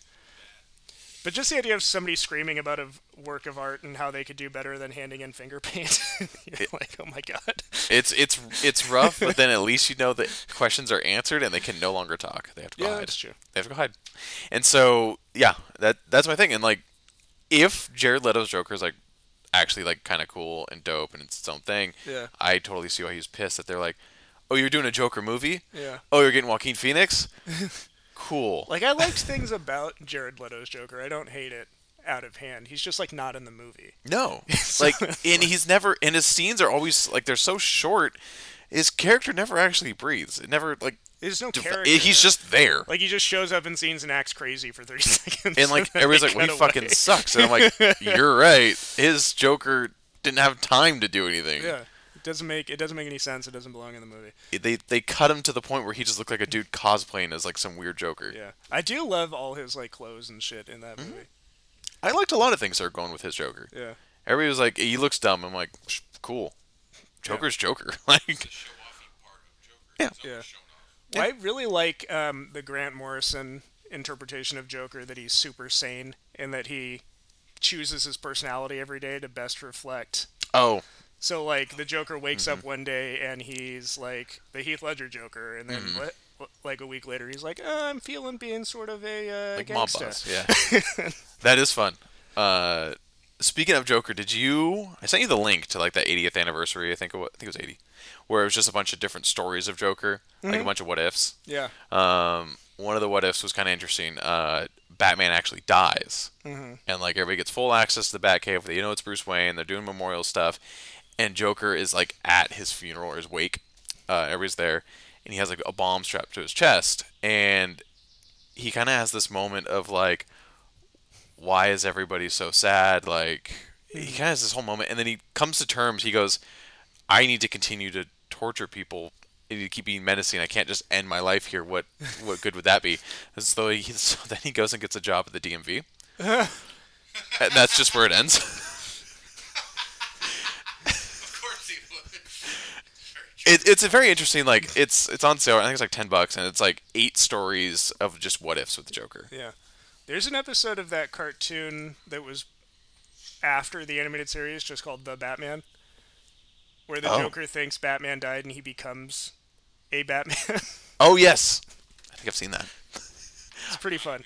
B: But just the idea of somebody screaming about a v- work of art and how they could do better than handing in finger paint, you're like, oh my god.
A: it's it's it's rough, but then at least you know that questions are answered and they can no longer talk. They have to go
B: Yeah,
A: hide.
B: that's true.
A: They have to go hide. And so yeah, that that's my thing. And like, if Jared Leto's Joker is like actually like kind of cool and dope and it's its own thing,
B: Yeah.
A: I totally see why he was pissed that they're like, oh, you're doing a Joker movie.
B: Yeah.
A: Oh, you're getting Joaquin Phoenix. cool.
B: Like I liked things about Jared Leto's Joker. I don't hate it out of hand. He's just like not in the movie.
A: No. like and he's never and his scenes are always like they're so short. His character never actually breathes. It never like
B: There's no
A: dev-
B: character.
A: eh, he's just there.
B: like he just shows up in scenes and acts crazy for 30 seconds.
A: and like
B: then
A: everybody's
B: they
A: like, "Well, he
B: cut
A: fucking
B: away.
A: sucks." And I'm like, "You're right. His Joker didn't have time to do anything.
B: Yeah. It doesn't make it doesn't make any sense. It doesn't belong in the movie.
A: They they cut him to the point where he just looked like a dude cosplaying as like some weird Joker.
B: Yeah. I do love all his like clothes and shit in that movie.
A: I liked a lot of things that are going with his Joker.
B: Yeah.
A: Everybody was like, "He looks dumb." I'm like, "Psh, "Cool." Joker's Joker. Like,
D: The show-offy part of Joker.
A: Yeah.
D: He's
B: Yeah.
D: always shown off.
B: Well, I really like um, the Grant Morrison interpretation of Joker that he's super sane and that he chooses his personality every day to best reflect
A: oh,
B: So like the Joker wakes up one day and he's like the Heath Ledger Joker, and then what, what- like a week later he's like, "Uh, I'm feeling being sort of a uh,
A: like mob
B: gangsta."
A: boss. Yeah, that is fun. Uh, speaking of Joker, did you? I sent you the link to like that 80th anniversary. I think it was, I think it was 80, where it was just a bunch of different stories of Joker, like a
B: Mm-hmm.
A: bunch of what ifs.
B: Yeah.
A: Um, one of the what ifs was kind of interesting. Uh, Batman actually dies, and like everybody gets full access to the Batcave. They know it's Bruce Wayne. They're doing memorial stuff, and Joker is like at his funeral or his wake. Uh, everybody's there, and he has like a bomb strapped to his chest, and he kind of has this moment of like, why is everybody so sad? Like he kind of has this whole moment, and then he comes to terms. He goes, I need to continue to torture people. I need to keep being menacing. I can't just end my life here. What what good would that be? And so, he, so then he goes and gets a job at the DMV, and that's just where it ends.
D: Of course he would. Very true.
A: It, it's a very interesting like it's it's on sale. I think it's like ten bucks, and it's like eight stories of just what ifs with the Joker.
B: Yeah. There's an episode of that cartoon that was after the animated series, just called The Batman, where the
A: Oh.
B: Joker thinks Batman died and he becomes a Batman. it's
A: Oh yes, I think I've seen that.
B: pretty fun.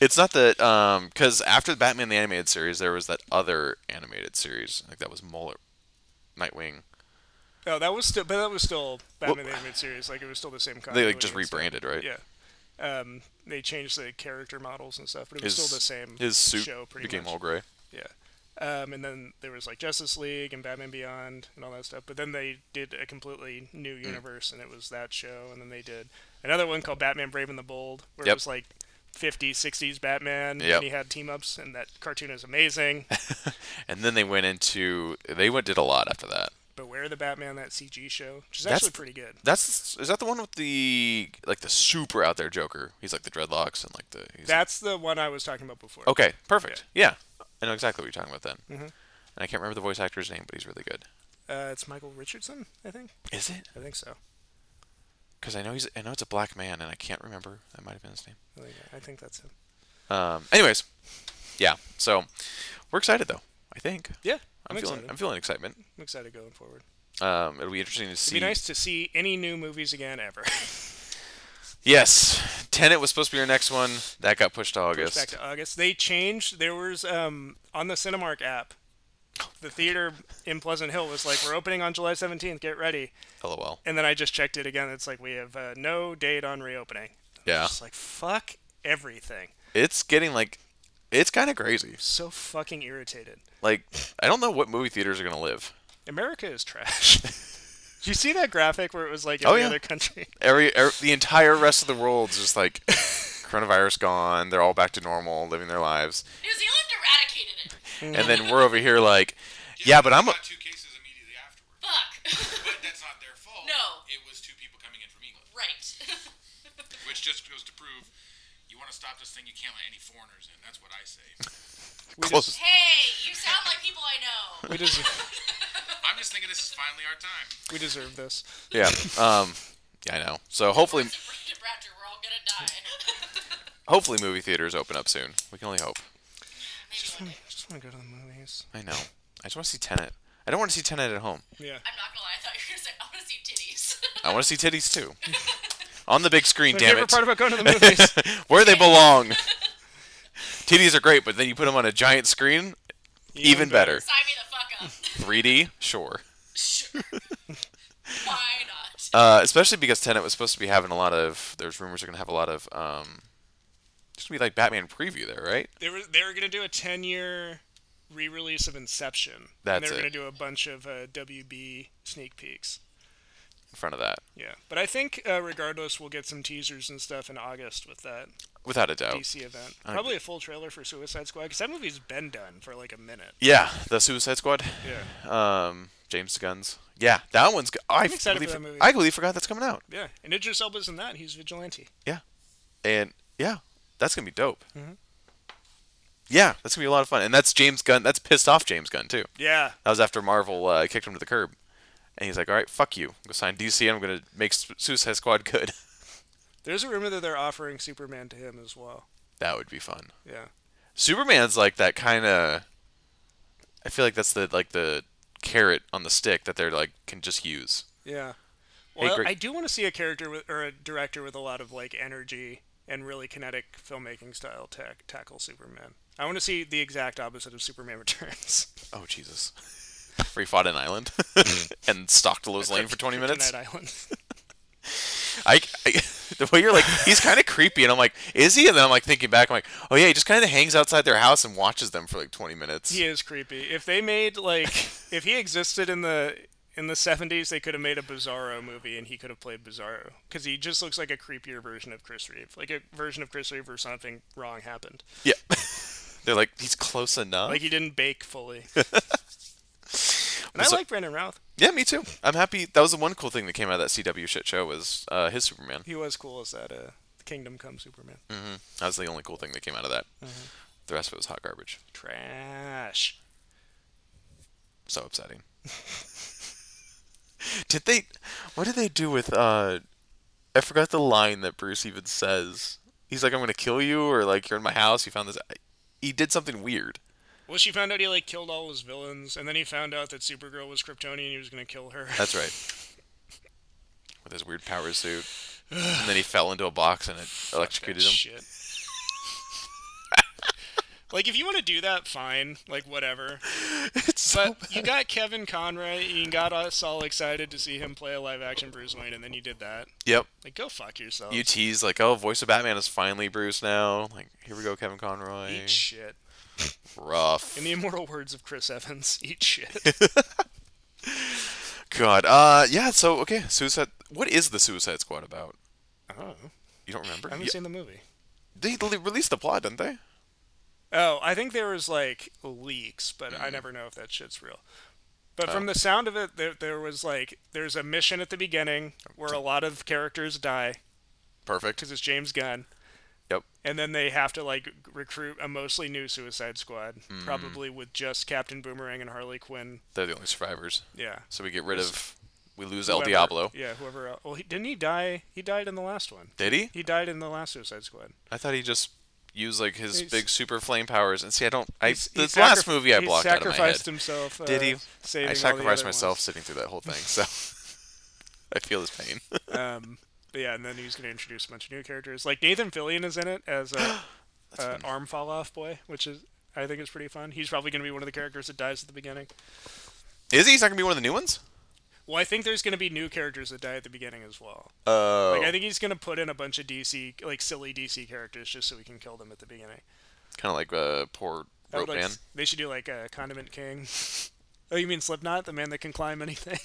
A: It's not that um because after the Batman the animated series, there was that other animated series. I think that was Muller, Nightwing.
B: No, that was still, but that was still Batman the animated series. Like it was still the same.
A: They like just
B: continuity and stuff.
A: rebranded, right?
B: Yeah. Um, they changed the character models and stuff, but it was
A: His
B: still the same
A: His suit
B: show pretty
A: became
B: much.
A: all gray.
B: Yeah. Um, and then there was like Justice League and Batman Beyond and all that stuff. But then they did a completely new
A: Mm.
B: universe, and it was that show. And then they did another one called Batman Brave and the Bold, where
A: Yep.
B: it was like 50s, 60s Batman,
A: Yep.
B: and he had team ups, and that cartoon is amazing.
A: And then they went into they went did a lot after that.
B: Beware the Batman, that CG show, which is
A: That's-
B: actually pretty good.
A: That's is that the one with the like the super out there Joker? He's like the dreadlocks and like the. He's
B: That's the one I was talking about before.
A: okay, perfect. Yeah. I know exactly what you're talking about then.
B: Mm-hmm.
A: And I can't remember the voice actor's name, but he's really good.
B: Uh, it's Michael Richardson, I think.
A: Is it?
B: I think so.
A: Because I know he's I know it's a black man, and I can't remember. That might have been his name.
B: I think- I think that's him.
A: Um. Anyways, yeah. So we're excited though. I think.
B: Yeah,
A: I'm,
B: I'm,
A: feeling.
B: excited.
A: I'm feeling excitement.
B: I'm excited going forward.
A: Um. It'll be interesting to see.
B: It'd be nice to see any new movies again ever.
A: Yes, Tenet was supposed to be our next one. That got pushed to August.
B: Back to August. They changed. There was um, on the Cinemark app. The theater in Pleasant Hill was like, "We're opening on July 17th. Get ready."
A: LOL.
B: And then I just checked it again. It's like we have uh, no date on reopening.
A: Yeah.
B: It's like fuck everything.
A: It's getting like, it's kind of crazy.
B: So fucking irritated.
A: Like, I don't know what movie theaters are gonna live.
B: America is trash. Did you see that graphic where it was like
A: Oh,
B: every
A: yeah.
B: other country?
A: Every, every the entire rest of the world's just like, coronavirus gone. They're all back to normal, living their lives,
C: New Zealand eradicated it.
A: and then we're over here like, yeah, but I'm. A-
D: got two cases immediately afterwards.
C: Fuck.
D: But that's not their fault.
C: No.
D: It was two people coming in from England,
C: right.
D: which just goes to prove you want to stop this thing, you can't let any foreigners in. That's what I say.
B: We
A: Close.
B: Just,
C: hey, you sound like people I know.
B: we deserve.
D: I'm just thinking this is finally our time.
B: We deserve this.
A: yeah. Um. Yeah, I know. So hopefully,
C: Roger, we're all gonna die.
A: hopefully, movie theaters open up soon. We can only hope.
C: Maybe one day.
B: I just want to go to the movies.
A: I know. I just want to see Tenet. I don't want to see Tenet at home.
B: Yeah.
C: I'm not gonna lie. I thought you were gonna say I want to see titties.
A: I want to see titties too. On the big screen,
B: My
A: damn
B: favorite
A: it.
B: part about going to the movies.
A: Where they belong. titties are great, but then you put them on a giant screen, even, better.
C: Sign me the fuck up.
A: 3D, sure.
C: sure. Why not?
A: Uh, especially because Tenet was supposed to be having a lot of. There's rumors they're gonna have a lot of. Um, just be like Batman preview there, right?
B: They were they were gonna do a ten year re-release of Inception.
A: That's
B: and they were
A: it.
B: gonna do a bunch of uh, WB sneak peeks.
A: In front of that,
B: Yeah, but I think uh, regardless, we'll get some teasers and stuff in August with that
A: without a doubt.
B: DC event. Probably a full trailer for Suicide Squad because that movie's been done for like a minute.
A: Yeah, the Suicide Squad.
B: Yeah,
A: Um, James Gunn's. Yeah, that one's. Go- I
B: excited
A: completely
B: for that
A: for-
B: movie.
A: I completely forgot that's coming out.
B: yeah. And Idris Elba's in that. He's vigilante.
A: Yeah. And yeah, that's gonna be dope.
B: Mm-hmm.
A: Yeah, that's gonna be a lot of fun. And that's James Gunn. That's pissed off James Gunn too.
B: Yeah.
A: That was after Marvel uh, kicked him to the curb, and he's like, "All right, fuck you. I'm gonna sign DC, and I'm gonna make Su- Suicide Squad good."
B: There's a rumor that they're offering Superman to him as well.
A: that would be fun.
B: Yeah.
A: Superman's like that kind of. I feel like that's the like the carrot on the stick that they're like can just use.
B: Yeah. Well,
A: Greg-
B: I do want to see a character with, or a director with a lot of like energy and really kinetic filmmaking style tack tackle Superman. I want to see the exact opposite of Superman Returns.
A: Oh Jesus. Where he fought an island and stalked Lowe's Lane for 20 minutes.
B: Kryptonite Island.
A: I, I the way you're like he's kind of creepy and i'm like is he and then i'm like thinking back i'm like oh yeah he just kind of hangs outside their house and watches them for like 20 minutes
B: he is creepy. If they made like if he existed in the in the 70s, they could have made a Bizarro movie and he could have played Bizarro because he just looks like a creepier version of Chris Reeve, like a version of Chris Reeve where something wrong happened,
A: yeah they're like he's close enough
B: like he didn't bake fully. and I
A: So-
B: like Brandon Routh.
A: yeah me too i'm happy that was the one cool thing that came out of that cw shit show was uh, his superman
B: He was cool as that uh, Kingdom Come Superman.
A: Hmm. that was the only cool thing that came out of that the rest of it was hot garbage
B: Trash.
A: so upsetting did they what did they do with uh i forgot the line that bruce even says he's like i'm gonna kill you or like you're in my house you found this he did something weird
B: Well, she found out he like killed all his villains, and then he found out that Supergirl was Kryptonian. and He was gonna kill her.
A: That's right. With his weird power suit. and then he fell into a box and it electrocuted him.
B: Shit. like, if you want to do that, fine. Like, whatever.
A: It's so
B: But you got Kevin Conroy. You got us all excited to see him play a live-action Bruce Wayne, and then you did that.
A: Yep.
B: Like, go fuck yourself.
A: You tease like, oh, voice of Batman is finally Bruce now. Like, here we go, Kevin Conroy.
B: Eat shit.
A: Rough.
B: In the immortal words of Chris Evans, eat shit.
A: God. Uh, yeah. So okay, Suicide. What is the Suicide Squad about?
B: oh,
A: You don't remember?
B: I haven't
A: Yeah,
B: seen the movie.
A: They le- released the plot, didn't they?
B: Oh, I think there was like leaks, but
A: Mm-hmm.
B: I never know if that shit's real. But
A: Oh.
B: from the sound of it, there, there was like there's a mission at the beginning where a lot of characters die
A: Perfect.
B: because it's James Gunn,
A: Yep.
B: and then they have to like recruit a mostly new Suicide Squad,
A: Mm-hmm.
B: probably with just Captain Boomerang and Harley Quinn.
A: They're the only survivors.
B: Yeah.
A: So we get rid of. We lose El
B: whoever-
A: Diablo.
B: Yeah, whoever. el- Well, he, didn't he die? He died in the last one.
A: Did he?
B: He died in the last Suicide Squad.
A: I thought he just used like his
B: He's-
A: big super flame powers. And see, I don't. I
B: He's- he
A: this last
B: sacrif-
A: movie I
B: he
A: blocked out of my head.
B: sacrificed himself.
A: Did
B: uh,
A: he?
B: saving
A: I
B: all the
A: sacrificed
B: other ones.
A: myself sitting through that whole thing, so I feel his pain.
B: Um, But yeah, and then he's going to introduce a bunch of new characters. Like Nathan Fillion is in it as a, a arm fall off boy, which is I think is pretty fun. He's probably going to be one of the characters that dies at the beginning.
A: Is he? He's not gonna be one of the new ones.
B: Well, I think there's going to be new characters that die at the beginning as well.
A: Oh,
B: Like I think he's going to put in a bunch of DC like silly DC characters just so we can kill them at the beginning.
A: kind of like uh, poor
B: I
A: rope
B: would like
A: man.
B: s- They should do like a Condiment King. oh, you mean Slipknot, the man that can climb anything?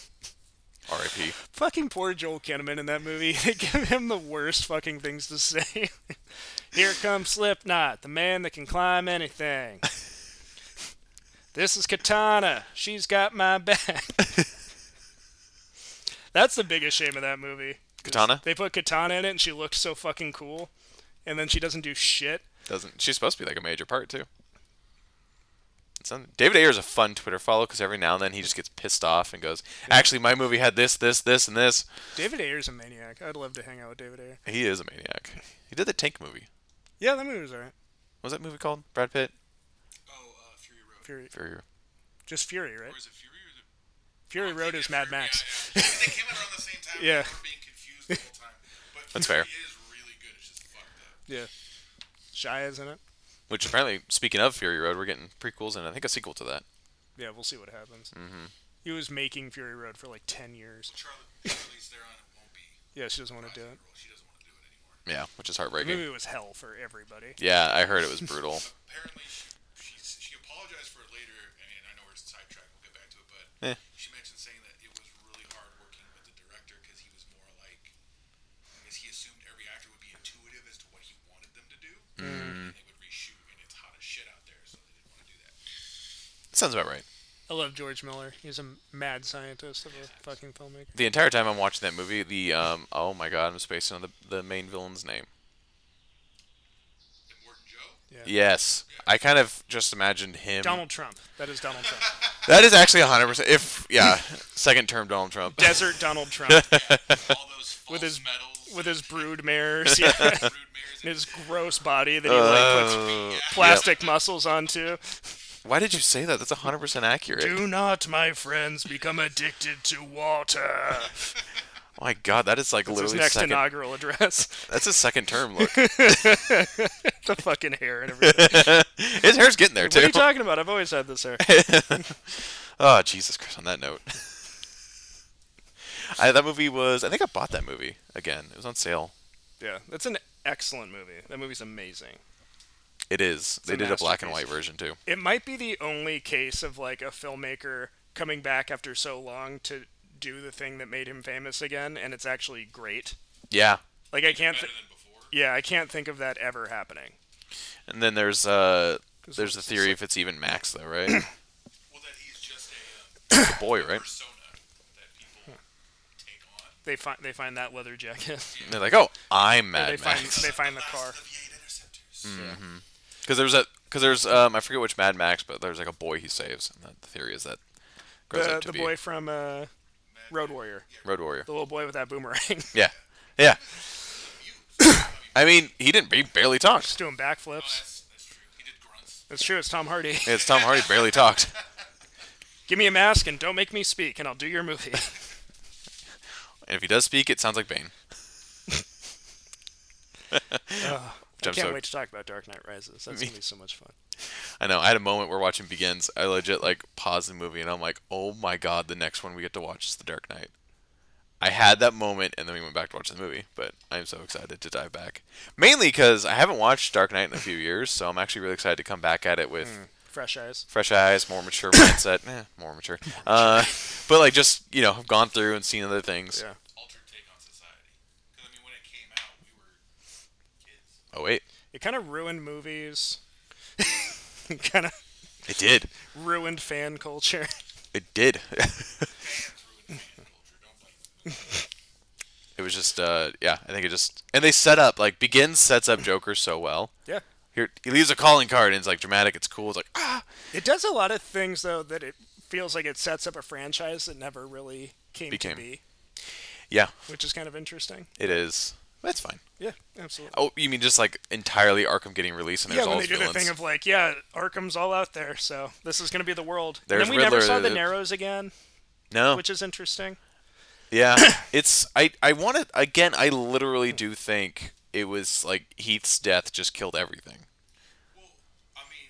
A: R.I.P.
B: fucking poor Joel Kinnaman in that movie. They give him the worst fucking things to say. Here comes Slipknot, the man that can climb anything. this is Katana. She's got my back. That's the biggest shame of that movie.
A: Katana
B: They put Katana in it and she looked so fucking cool. And then she doesn't do shit.
A: doesn't. She's supposed to be like a major part too. It's on- David Ayer's a fun Twitter follow because every now and then he just gets pissed off and goes, "Actually, my movie had this, this, this, and this."
B: David Ayer's a maniac. I'd love to hang out with David Ayer.
A: He is a maniac. He did the Tank movie.
B: Yeah, that movie was alright.
A: What was that movie called? Brad Pitt.
E: Oh, uh, Fury Road.
B: Fury.
A: Fury.
B: Just Fury, right?
E: Or is it Fury or the
B: Fury Road is Mad Max.
E: Yeah, yeah. they came out around the same time.
B: Yeah.
E: Yeah. I'm being confused the whole time. But
A: That's
E: Fury
A: fair.
E: is really good. It's just fucked up.
B: Yeah. Shia's in it.
A: Which apparently, speaking of Fury Road, we're getting prequels and I think a sequel to that.
B: Yeah, we'll see what happens. Mm-hmm. He was making Fury Road for like ten years.
E: Charlotte, Charlie's there on it won't be.
B: Yeah, she doesn't want to do it.
E: Rocket Roll. She doesn't want to do it anymore.
A: Yeah, which is
B: The
A: heartbreaking.
B: movie was hell for everybody.
A: Yeah, I heard it was brutal.
E: Apparently, she, she she apologized for it later. I mean, I know we're sidetracked. We'll get back to it, but
A: Eh.
E: she mentioned saying that it was really hard working with the director because he was more like, I guess he assumed every actor would be intuitive as to what he wanted them to do,
A: Mm.
E: and they would reshoot, and it's hot as shit out there, so they didn't want to do that.
A: Sounds about right.
B: I love George Miller. He's a mad scientist of a fucking filmmaker.
A: The entire time I'm watching that movie, the um, oh my god, I'm spacing on the the main villain's name.
E: And Morton Joe.
A: Yes, I kind of just imagined him.
B: Donald Trump. That is Donald Trump.
A: That is actually 100. percent If yeah, second term Donald Trump.
B: Desert Donald Trump
E: all those false
B: With his-
E: medals,
B: with his brood mares, yeah, and
E: rude mares, and
B: his gross body that he like puts
A: Uh,
B: plastic muscles onto.
A: Why did you say that? That's 100 percent accurate.
B: Do not, my friends, become addicted to water.
A: Oh my god, that is like
B: His
A: literally
B: next
A: second.
B: inaugural address.
A: That's his second term look.
B: the fucking hair and everything.
A: his hair's getting there
B: What are
A: too.
B: you talking about? I've always had this hair.
A: oh Jesus Christ! On that note, I, that movie was. I think I bought that movie again. It was on sale.
B: Yeah, that's an excellent movie. That movie's amazing.
A: It is. they
B: a
A: did a black and white
B: masterpiece.
A: version too.
B: It might be the only case of like a filmmaker coming back after so long to do the thing that made him famous again, and it's actually great.
A: Yeah.
B: Like I can't,
E: better
B: th-
E: than before.
B: yeah, I can't think of that ever happening.
A: And then there's uh there's the
B: it's
A: theory if it's even Max though, right?
E: Well, that he's just a
A: the boy,
E: uh,
A: right?
E: persona that people
B: Hmm.
E: take on.
B: They find they find that leather jacket.
A: And they're like, oh, I'm
B: they
A: Mad
B: find
A: Max.
B: they find the
E: Last
B: car.
E: of the eight interceptors. Oh,
A: Because there's a because there's um I forget which Mad Max, but there's like a boy he saves, and that the theory is that grows
B: The,
A: up to
B: the
A: be
B: boy from uh, Road Warrior,
A: Road Warrior.
B: the little boy with that boomerang,
A: Yeah, yeah. I mean, he didn't. He barely talked.
B: just doing backflips.
E: That's, that's true. He did grunts.
B: It's true. It's Tom Hardy.
A: It's Tom Hardy barely talked.
B: Give me a mask and don't make me speak, and I'll do your movie.
A: And if he does speak, it sounds like Bane. Which I'm
B: Can't
A: so-
B: wait to talk about Dark Knight Rises. That's gonna be so much fun.
A: I know. I had a moment where watching Begins. I legit like paused the movie and I'm like, oh my god, the next one we get to watch is The Dark Knight. I had that moment and then we went back to watch the movie, but I'm so excited to dive back. Mainly because I haven't watched Dark Knight in a few years, so I'm actually really excited to come back at it with
B: Hmm. Fresh eyes.
A: fresh eyes, more mature mindset. Eh, more mature. Uh, but like just, you know, have gone through and seen other things.
B: Yeah.
E: Altered take on society. Because I mean, when it came out, we were kids.
A: Oh, wait.
B: It kind of ruined movies. kind of
A: It did.
B: ruined fan culture.
A: It did.
E: Fans ruined fan culture. Don't blame them.
A: it was just, uh, yeah, I think it just. And they set up, like, Begins sets up Joker so well.
B: Yeah.
A: Here, he leaves a calling card and it's like dramatic. It's cool. It's like ah,
B: It does a lot of things though that it feels like it sets up a franchise that never really came
A: Became.
B: to be,
A: yeah,
B: which is kind of interesting.
A: it is. That's fine.
B: Yeah, absolutely.
A: Oh, you mean just like entirely Arkham getting released and
B: yeah,
A: there's all
B: when they
A: these
B: do the
A: villains?
B: thing of like, yeah, Arkham's all out there, so this is going to be the world.
A: There's
B: and then we never
A: Riddler,
B: saw the
A: uh,
B: Narrows again,
A: no,
B: which is interesting.
A: Yeah, it's I I want to again. I literally do think it was like Heath's death just killed everything.
E: Well, I mean,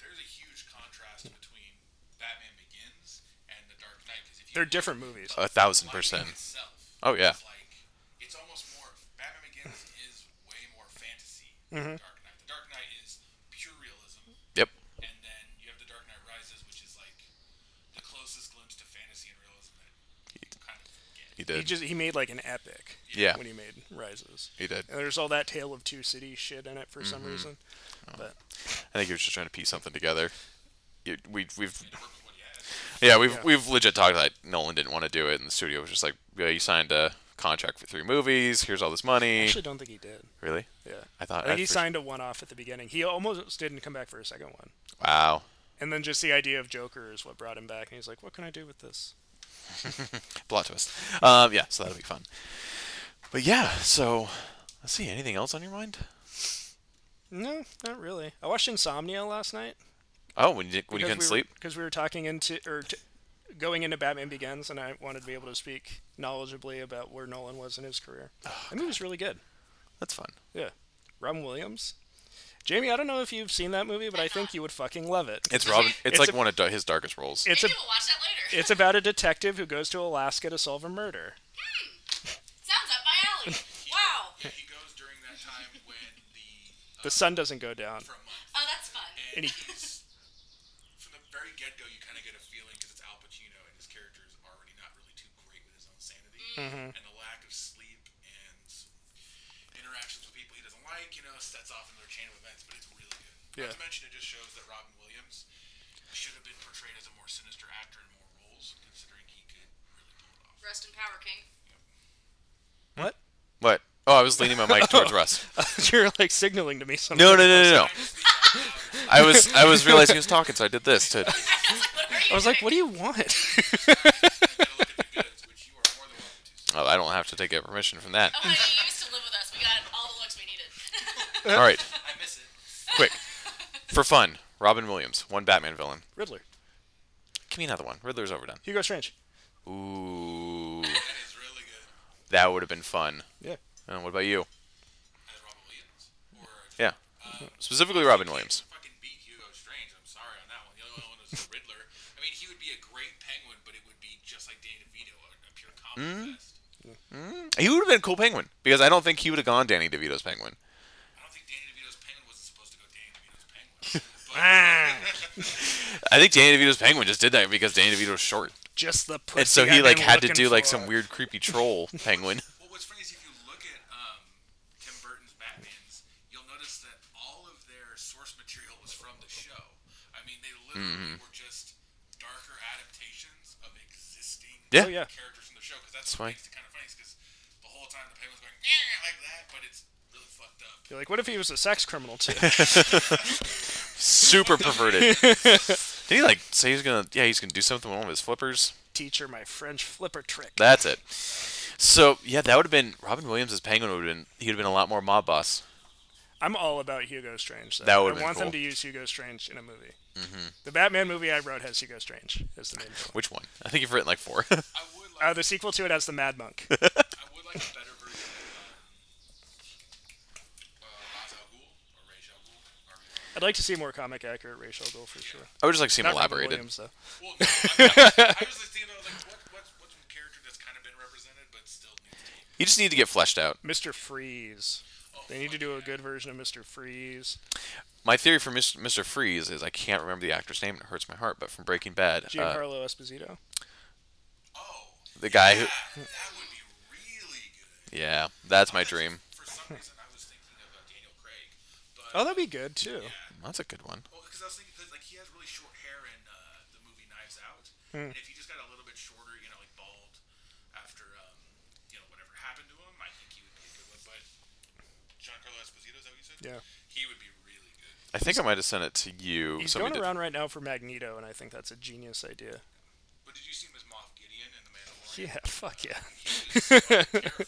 E: there's a huge contrast between Batman Begins and The Dark Knight. 'cause if you
B: They're
E: look at
B: different movies.
A: A thousand
E: Lightning
A: percent.
E: itself,
A: Oh, yeah.
E: It's like it's almost more. Batman Begins is way more fantasy than Dark Knight. The Dark Knight is pure realism,
A: Yep.
E: and then you have The Dark Knight Rises, which is like the closest glimpse to fantasy and realism that you kind of get.
A: He
B: He
A: did.
B: just he made like an epic
A: Yeah.
B: when he made Rises.
A: He did.
B: And there's all that Tale of Two Cities shit in it for some
A: Mm-hmm.
B: reason.
A: Oh.
B: But
A: I think he was just trying to piece something together. You- We we've
E: It worked with what he had.
A: yeah we've we've legit talked that Nolan didn't want to do it, and the studio was just like, yeah, you signed a contract for three movies. Here's all this
B: I
A: money.
B: actually don't think he did.
A: really?
B: Yeah.
A: I thought
B: I think
A: I
B: he
A: for-
B: signed a one off at the beginning. He almost didn't come back for a second one.
A: Wow.
B: And then just the idea of Joker is what brought him back and he's like, What can I do with this?
A: Plot twist. Um, yeah, so that'll be fun. But yeah, so let's see. Anything else on your mind?
B: No, not really. I watched Insomnia last night.
A: Oh, when you when you
B: because
A: couldn't
B: we
A: sleep.
B: because we were talking into or t- going into Batman Begins, and I wanted to be able to speak knowledgeably about where Nolan was in his career.
A: Oh,
B: that movie's really good.
A: That's fun.
B: Yeah, Robin Williams, Jamie. I don't know if you've seen that movie, but I think you would fucking love it.
A: It's Robin. It's,
B: It's
A: like
B: a-
A: one of du- his darkest roles.
B: it's a
C: Maybe we'll watch that later.
B: it's about a detective who goes to Alaska to solve a murder.
C: Sounds up my alley. Wow.
E: Yeah, he goes during that time when the
B: The sun doesn't go down.
E: for a month,
C: Oh, that's fun.
E: and
B: Any-
E: he's from the very get go. You kind of get a feeling because it's Al Pacino, and his character is already not really too great with his own sanity and the lack of sleep and interactions with people he doesn't like. You know, sets off another chain of events, but it's really good.
B: Yeah.
E: Not to mention, it just shows that Robin Williams should have been portrayed as a more sinister actor in more roles, considering he could really pull it off.
C: Rest in power, King.
B: What?
A: What? Oh, I was leaning my mic towards Russ.
B: You're like signaling to me something.
A: No, no, no, no,
E: uh,
A: no. I was I was realizing he was talking, so I did this to.
C: I was like, what are you
B: I was like, what
C: doing?
B: do you want?
E: You gotta look at the goods, which you are more than welcome to.
A: Oh, I don't have to take permission from that.
C: Oh, honey, you used to live with us. We got all the looks we needed.
A: All right,
E: I miss it.
A: quick, for fun. Robin Williams, one Batman villain.
B: Riddler,
A: Give me another one. Riddler's overdone.
B: Hugo Strange.
A: Ooh,
E: That is really good.
A: that would have been fun.
B: Yeah.
A: Uh, what about you?
E: As Robin Williams, or
A: Yeah, specifically Robin Williams.
E: fucking beat Hugo Strange. I'm sorry on that one. The only one was the Riddler. I mean, he would be a great Penguin, but it would be just like Danny DeVito, a, a pure comedy fest.
A: He would have been a cool Penguin because I don't think he would have gone Danny DeVito's Penguin.
E: I don't think Danny DeVito's Penguin was supposed to go Danny DeVito's Penguin. uh,
A: I think Danny DeVito's Penguin just did that because Danny DeVito's short,
B: Just the
A: and
B: pussy.
A: so he like
B: I've been
A: had to
B: looking
A: do like
B: for.
A: some weird creepy troll Penguin.
E: But well, what's funny is if you look at um, Tim Burton's Batman's, you'll notice that all of their source material was from the show. I mean, they literally were just darker adaptations of existing
A: Yeah.
B: Oh yeah.
E: characters from the show because that's
A: That's
E: what
A: right.
E: makes it kind of funny because the whole time the penguin's going "Yeah," like that, but it's really fucked up.
B: You're like, what if he was a sex criminal too?
A: super perverted. Did he like say he's gonna? Yeah, he's gonna do something with one of his flippers.
B: Teach her my French flipper trick.
A: That's it. So yeah, that would have been Robin Williams as Penguin. Would have been he'd have been a lot more mob boss.
B: I'm all about Hugo Strange. Though.
A: That would've
B: I
A: been
B: want
A: cool. Mm-hmm.
B: them to use Hugo Strange in a movie. The Batman movie I wrote has Hugo Strange as the main. villain.
A: Which one? I think you've written like four.
E: I would like,
B: Uh, the sequel to it has the Mad Monk.
E: I would like a better version of um, uh, Ra's al Ghul or Ra's al Ghul. Or,
B: I'd like to see more comic accurate racial goal for sure.
A: I would just like to see him
B: Not Robin
A: elaborated.
B: Williams, though.
E: well, no, I, I was just thinking about like what, what's what's a character that's kind of been represented but still needs to be. oh,
A: You just need to get fleshed out.
B: Mr. Freeze. They need to do a good version of Mr. Freeze.
A: Uh, My theory for Mis- Mr. Freeze is I can't remember the actor's name and it hurts my heart, but from Breaking Bad, uh,
B: Giancarlo Esposito.
E: Oh,
A: the guy who.
E: yeah, that would be really good.
A: Yeah, that's my dream.
E: For some reason, I was thinking of uh, Daniel Craig, but
B: Oh, that'd be good too.
A: That's a good one.
E: Well, because I was thinking, cause, like he has really short hair in uh, the movie Knives Out,
B: Hmm.
E: and if he just got a little bit shorter, you know, like bald after um, you know whatever happened to him, I think he would be a good one. But Giancarlo Esposito, is that what you said?
B: Yeah.
E: He would be really good.
A: I think I might have sent it to you.
B: He's
A: so we
B: going
A: did-
B: around right now for Magneto, and I think that's a genius idea.
E: But did you see him as Moff Gideon in The
B: Yeah,
E: Mandalorian?
B: fuck yeah.
E: Terrifying.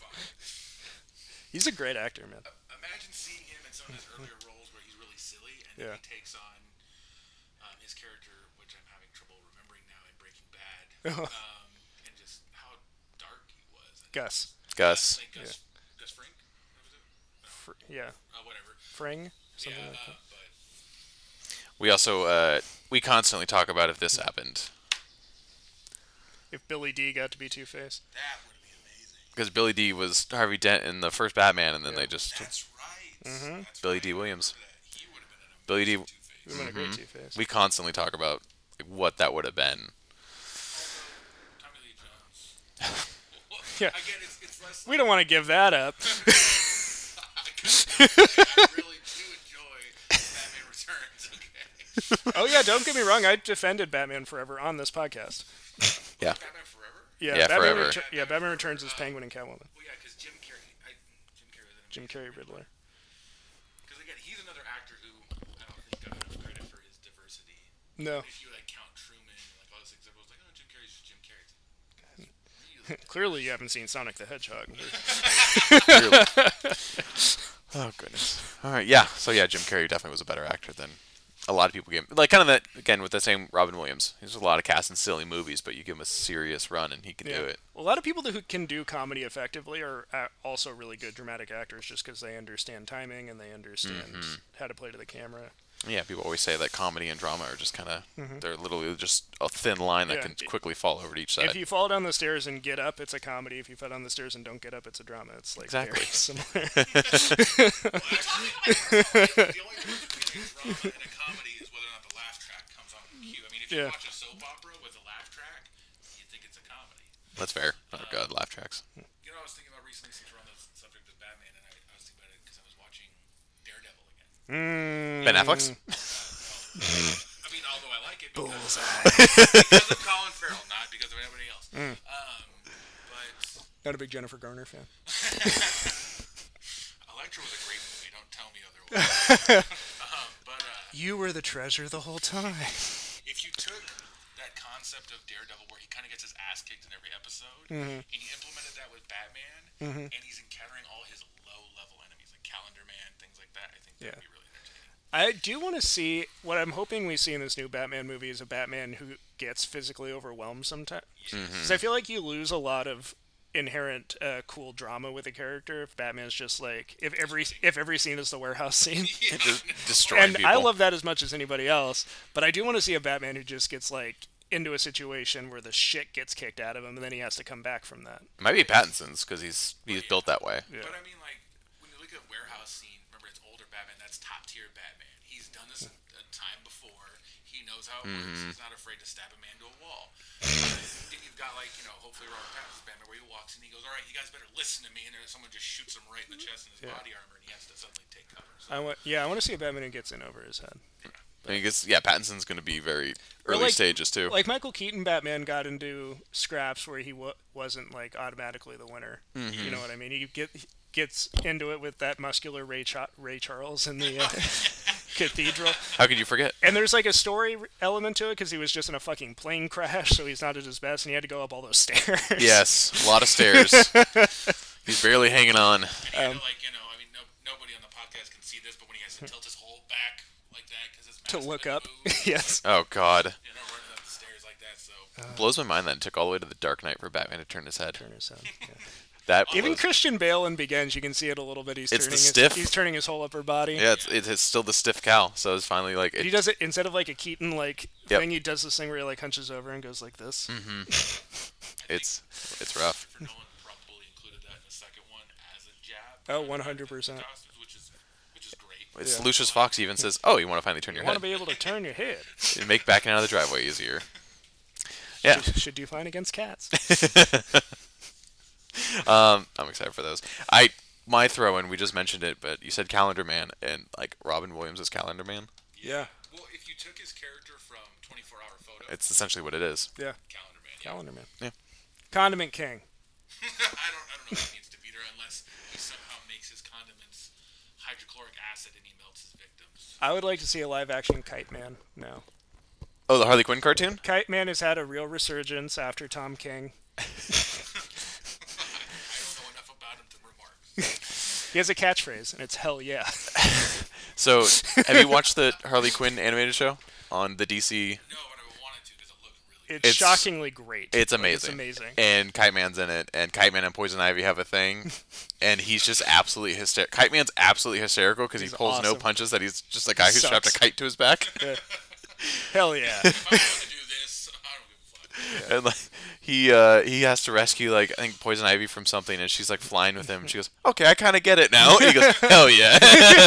B: He's a great actor, man.
E: Imagine seeing him in some of his earlier roles where he's really silly, and
B: Yeah.
E: then he takes on um, his
B: Oh.
E: character, which I'm having trouble remembering now in Breaking Bad, um, and just how dark he
B: Gus.
A: Gus.
E: Like Gus, Gus Frank? That was it?
B: Fr- yeah.
E: Uh, whatever.
B: Fring? Something
E: yeah,
B: like
E: uh,
B: that.
E: but
A: We also uh, we constantly talk about if this happened
B: If Billy D got to be Two Face.
E: that would be amazing.
A: because Billy D was Harvey Dent in the first Batman, and then
B: Yeah.
A: they just
E: That's right.
B: Mm-hmm.
E: That's
A: Billy
E: right.
A: D. Williams.
E: Remember that. He would have been an
A: Billy D.
E: amazing Two-Face.
B: It would have been a great Two Face.
A: Mm-hmm. We constantly talk about like, what that would have been.
E: Tommy Lee Jones.
B: Yeah.
E: Again, it's, it's less.
B: We don't want to give that up.
E: I really do enjoy Batman Returns. Okay.
B: oh, yeah, don't get me wrong. I defended Batman Forever on this podcast.
E: Batman Forever.
B: Yeah,
A: Yeah,
B: Batman
A: Forever.
B: Retur- yeah, Batman Returns is Penguin and Catwoman.
E: Well, yeah, because Jim Carrey. I, Jim Carrey was an
B: Jim Carrey Riddler.
E: Because again, he's another actor who I don't think got enough credit for his diversity.
B: No.
E: If you like count Truman and like all those things, everyone's like, oh, Jim Carrey's just Jim Carrey. Really?
B: Clearly, you haven't seen Sonic the Hedgehog.
A: Really. oh goodness. All right. Yeah. So yeah, Jim Carrey definitely was a better actor than a lot of people gave. Him. Like kind of that again with the same Robin Williams. He's a lot of cast in silly movies, but you give him a serious run and he can do it.
B: A lot of people who can do comedy effectively are uh, also really good dramatic actors just because they understand timing and they understand
A: Mm-hmm.
B: how to play to the camera.
A: Yeah. People always say that comedy and drama are just kind of they're literally just a thin line that
B: Mm-hmm. Yeah.
A: can quickly fall over to each
B: If
A: side.
B: you fall down the stairs and get up, it's a comedy. If you fall down the stairs and don't get up, it's a drama. It's like
A: Exactly.
B: very similar.
E: the only difference between a drama and a comedy is whether or not the laugh track comes on cue. I mean, if you
B: Yeah.
E: watch a soap opera with a laugh track, you think it's a comedy.
A: That's fair. Oh god, laugh tracks.
E: You know, I was thinking about recently since we're on the s- subject of Batman, and I, I was thinking about it because I was watching Daredevil again.
A: Ben
B: Mm.
A: Affleck's.
E: I mean, although I like it because, because of Colin Farrell, not because of anybody else. Um, but
B: Not a big Jennifer Garner fan.
E: Electra was a great movie. Don't tell me otherwise. um, but uh,
B: You were the treasure the whole time.
E: if you took that concept of Daredevil, where he kind of gets his ass kicked in every episode, and you implemented that with Batman, and he's encountering all his low-level enemies like Calendar Man, things like that, I think that would
B: Yeah.
E: be really entertaining.
B: I do want to see what I'm hoping we see in this new Batman movie is a Batman who gets physically overwhelmed sometimes. Because I feel like you lose a lot of inherent uh, cool drama with a character if Batman's just like if every if every scene is the warehouse scene.
A: Just destroying
B: and
A: people.
B: I love that as much as anybody else, but I do want to see a Batman who just gets like into a situation where the shit gets kicked out of him and then he has to come back from that.
A: It might be Pattinson's because he's he's built that way.
B: Yeah.
E: But I mean, like when you look at warehouse scene, remember it's older Batman. That's top tier Batman. He's done this a, a time before. He knows how it
B: Mm-hmm.
E: works. He's not afraid to stab a man to a wall. then you've got like you know, hopefully Robert Pattinson's Batman, where he walks in, he goes, "All right, you guys better listen to me," and then someone just shoots him right in the chest in his body armor, and he has to suddenly take cover. So
B: I want yeah, I want to see a Batman who gets in over his head.
A: I mean, 'cause, yeah, Pattinson's going to be very
B: Or
A: early
B: like-
A: stages too.
B: Like Michael Keaton Batman got into scraps where he wa wasn't like automatically the winner.
A: Mm-hmm.
B: You know what I mean? He get he gets into it with that muscular Ray Cha- Ray Charles in the uh, cathedral.
A: How could you forget?
B: And there's like a story element to it cuz he was just in a fucking plane crash, so he's not at his best and he had to go up all those stairs.
A: Yes, a lot of stairs. He's barely hanging on.
E: and, you know, like you know, I mean, no, nobody on the podcast can see this, but when he has to tilt his whole back like that because it's
B: To look up.
E: you
B: yes.
A: Oh God,
E: know, running up the stairs like that. So
A: blows my mind that it took all the way to the Dark Knight for Batman to turn his head.
B: Turn his head, yeah.
A: That
B: Even
A: was-
B: Christian Bale in Begins, you can see it a little bit. He's
A: It's the
B: turning his,
A: stiff.
B: he's turning his whole upper body.
A: yeah, it's, it's it's still the stiff cow. So it's finally like
B: He
A: it,
B: does it instead of like a Keaton like
A: Yep.
B: thing. He does this thing where he like hunches over and goes like this.
A: it's it's rough.
E: Christopher Nolan probably included that in the second one as a jab.
B: Oh, 100%.
E: costumes, which is which is great.
A: It's
B: Yeah.
A: Lucius Fox even says, "Oh, you want to finally turn your
B: want
A: head?
B: to be able to turn your head.
A: It'd make backing out of the driveway easier." Yeah,
B: Should do fine against cats.
A: um, I'm excited for those. I my throw in, we just mentioned it, but you said Calendar Man and like Robin Williams is Calendar Man.
B: Yeah.
E: Well, if you took his character from 24 Hour Photo,
A: It's essentially what it is.
B: Yeah.
E: Calendar Man.
B: Calendar man.
A: Yeah.
B: Condiment king.
E: I don't I don't know if he needs to beat her unless he somehow makes his condiments hydrochloric acid and he melts his victims.
B: I would like to see a live action Kite Man now.
A: Oh, the Harley Quinn cartoon.
B: Kite Man has had a real resurgence after Tom King.
E: I don't know enough about him to remark.
B: He has a catchphrase, and it's hell yeah.
A: So, have you watched the Harley Quinn animated show on the DC?
E: No, but I wanted to because it looked really
B: It's,
A: It's-
B: shockingly great.
A: It's
B: Like,
A: amazing.
B: it's amazing.
A: And Kite Man's in it, and Kite Man and Poison Ivy have a thing, and he's just absolutely hysterical. Kite Man's absolutely hysterical because he
B: He's
A: pulls no
B: awesome.
A: punches. That he's just a guy who's strapped a
B: Sucks.
A: kite to his back,
B: Hell yeah.
D: If I want to do this, I don't give a fuck.
A: and like he uh, he has to rescue like I think Poison Ivy from something, and she's like flying with him. And she goes, "Okay, I kind of get it now." And he goes, "Hell yeah!"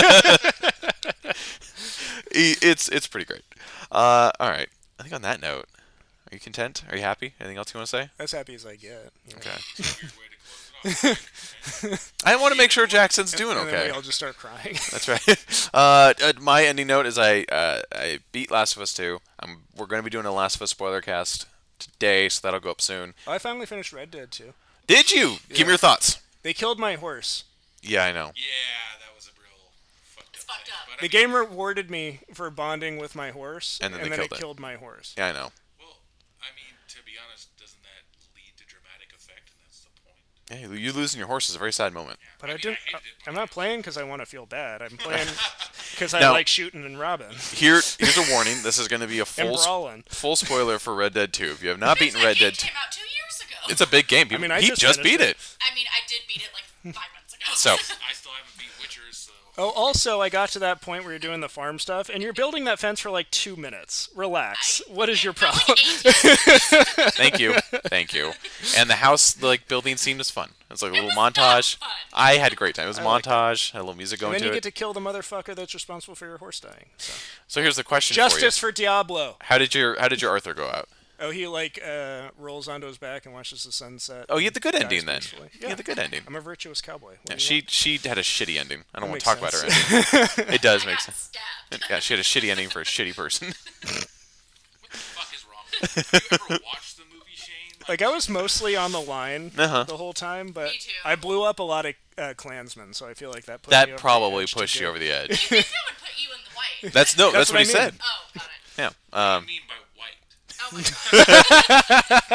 A: He- it's it's pretty great. Uh, all right, I think on that note, are you content? Are you happy? Anything else you want to say?
B: As happy as I get. you know.
A: Okay.
D: It's a weird way to close it off.
A: I want to make sure Jackson's doing
B: And then
A: okay.
B: we all just start crying.
A: That's right. Uh, uh, my ending note is I uh, I beat Last of Us 2. I'm, we're going to be doing a Last of Us spoiler cast today, so that'll go up soon.
B: Oh, I finally finished Red Dead 2.
A: Did you? Give
B: Yeah.
A: me your thoughts.
B: They killed my horse.
A: Yeah, I know.
D: Yeah, that was a real fucked up.
C: fucked
D: thing.
C: up.
D: But I
B: The
D: mean,
B: game rewarded me for bonding with my horse,
A: And then they
B: it
A: killed it.
B: killed my horse.
A: Yeah, I know.
D: Well, I mean, to be honest, doesn't that lead to dramatic effect? And that's the point.
A: Yeah, you losing your horse is a very sad moment.
B: But I,
D: mean,
B: didn't.
D: I
B: I
D: hated it.
B: I'm not playing because I want to feel bad. I'm playing because I
A: Now-
B: like shooting and robbing
A: Here, here's a warning. This is going to be a
B: and
A: full s-
B: brawling.
A: full spoiler for Red Dead 2. If you have not
C: This
A: beaten Red
C: game
A: Dead 2,
C: came out two years ago.
A: it's a big game.
B: I mean, I
A: he
B: just
A: just,
B: finished
A: beat
B: it.
A: it.
C: I mean, I did beat it like five months ago.
A: So,
D: I still haven't beat Witchers, so
B: Oh, also, I got to that point where you're doing the farm stuff and you're building that fence for like two minutes. Relax. What is your problem?
A: thank you. Thank you. And the house like building scene was fun. It's like a little
C: was not
A: montage.
C: fun.
A: I had a great time. It was a
B: liked it.
A: montage, had a little music going
B: and then
A: to
B: you
A: it.
B: get to kill the motherfucker that's responsible for your horse dying. So.
A: So here's the question for you.
B: Justice for Diablo.
A: How did your How did your Arthur go out?
B: Oh, he like uh, rolls onto his back and watches the sunset.
A: Oh, you had the good
B: Dies
A: ending then.
B: peacefully.
A: You
B: Yeah.
A: had the good ending.
B: I'm a virtuous cowboy. What
A: Yeah,
B: do you
A: she
B: want?
A: she had a shitty ending. I don't want
B: makes
A: to talk about her ending. It does
C: I
A: make
C: got
A: sense.
C: stabbed.
A: Yeah, she had a shitty ending for a shitty person.
D: what the fuck is wrong? with you? Have you ever watched the movie Shane?
B: Like I was mostly on the line
A: Uh-huh.
B: the whole time, but
C: Me too.
B: I blew up a lot of uh, clansmen, so I feel like that put me
A: that
B: over
A: probably
B: the edge to
A: pushed
B: do
A: you
B: it.
A: over the edge.
C: You think that would put you in the white?
A: That's no, that's,
B: That's
A: what,
B: what
A: he
B: I mean.
A: said.
C: Oh, got it.
A: Yeah.
D: I
A: Um,
D: mean by white.
C: Oh my god.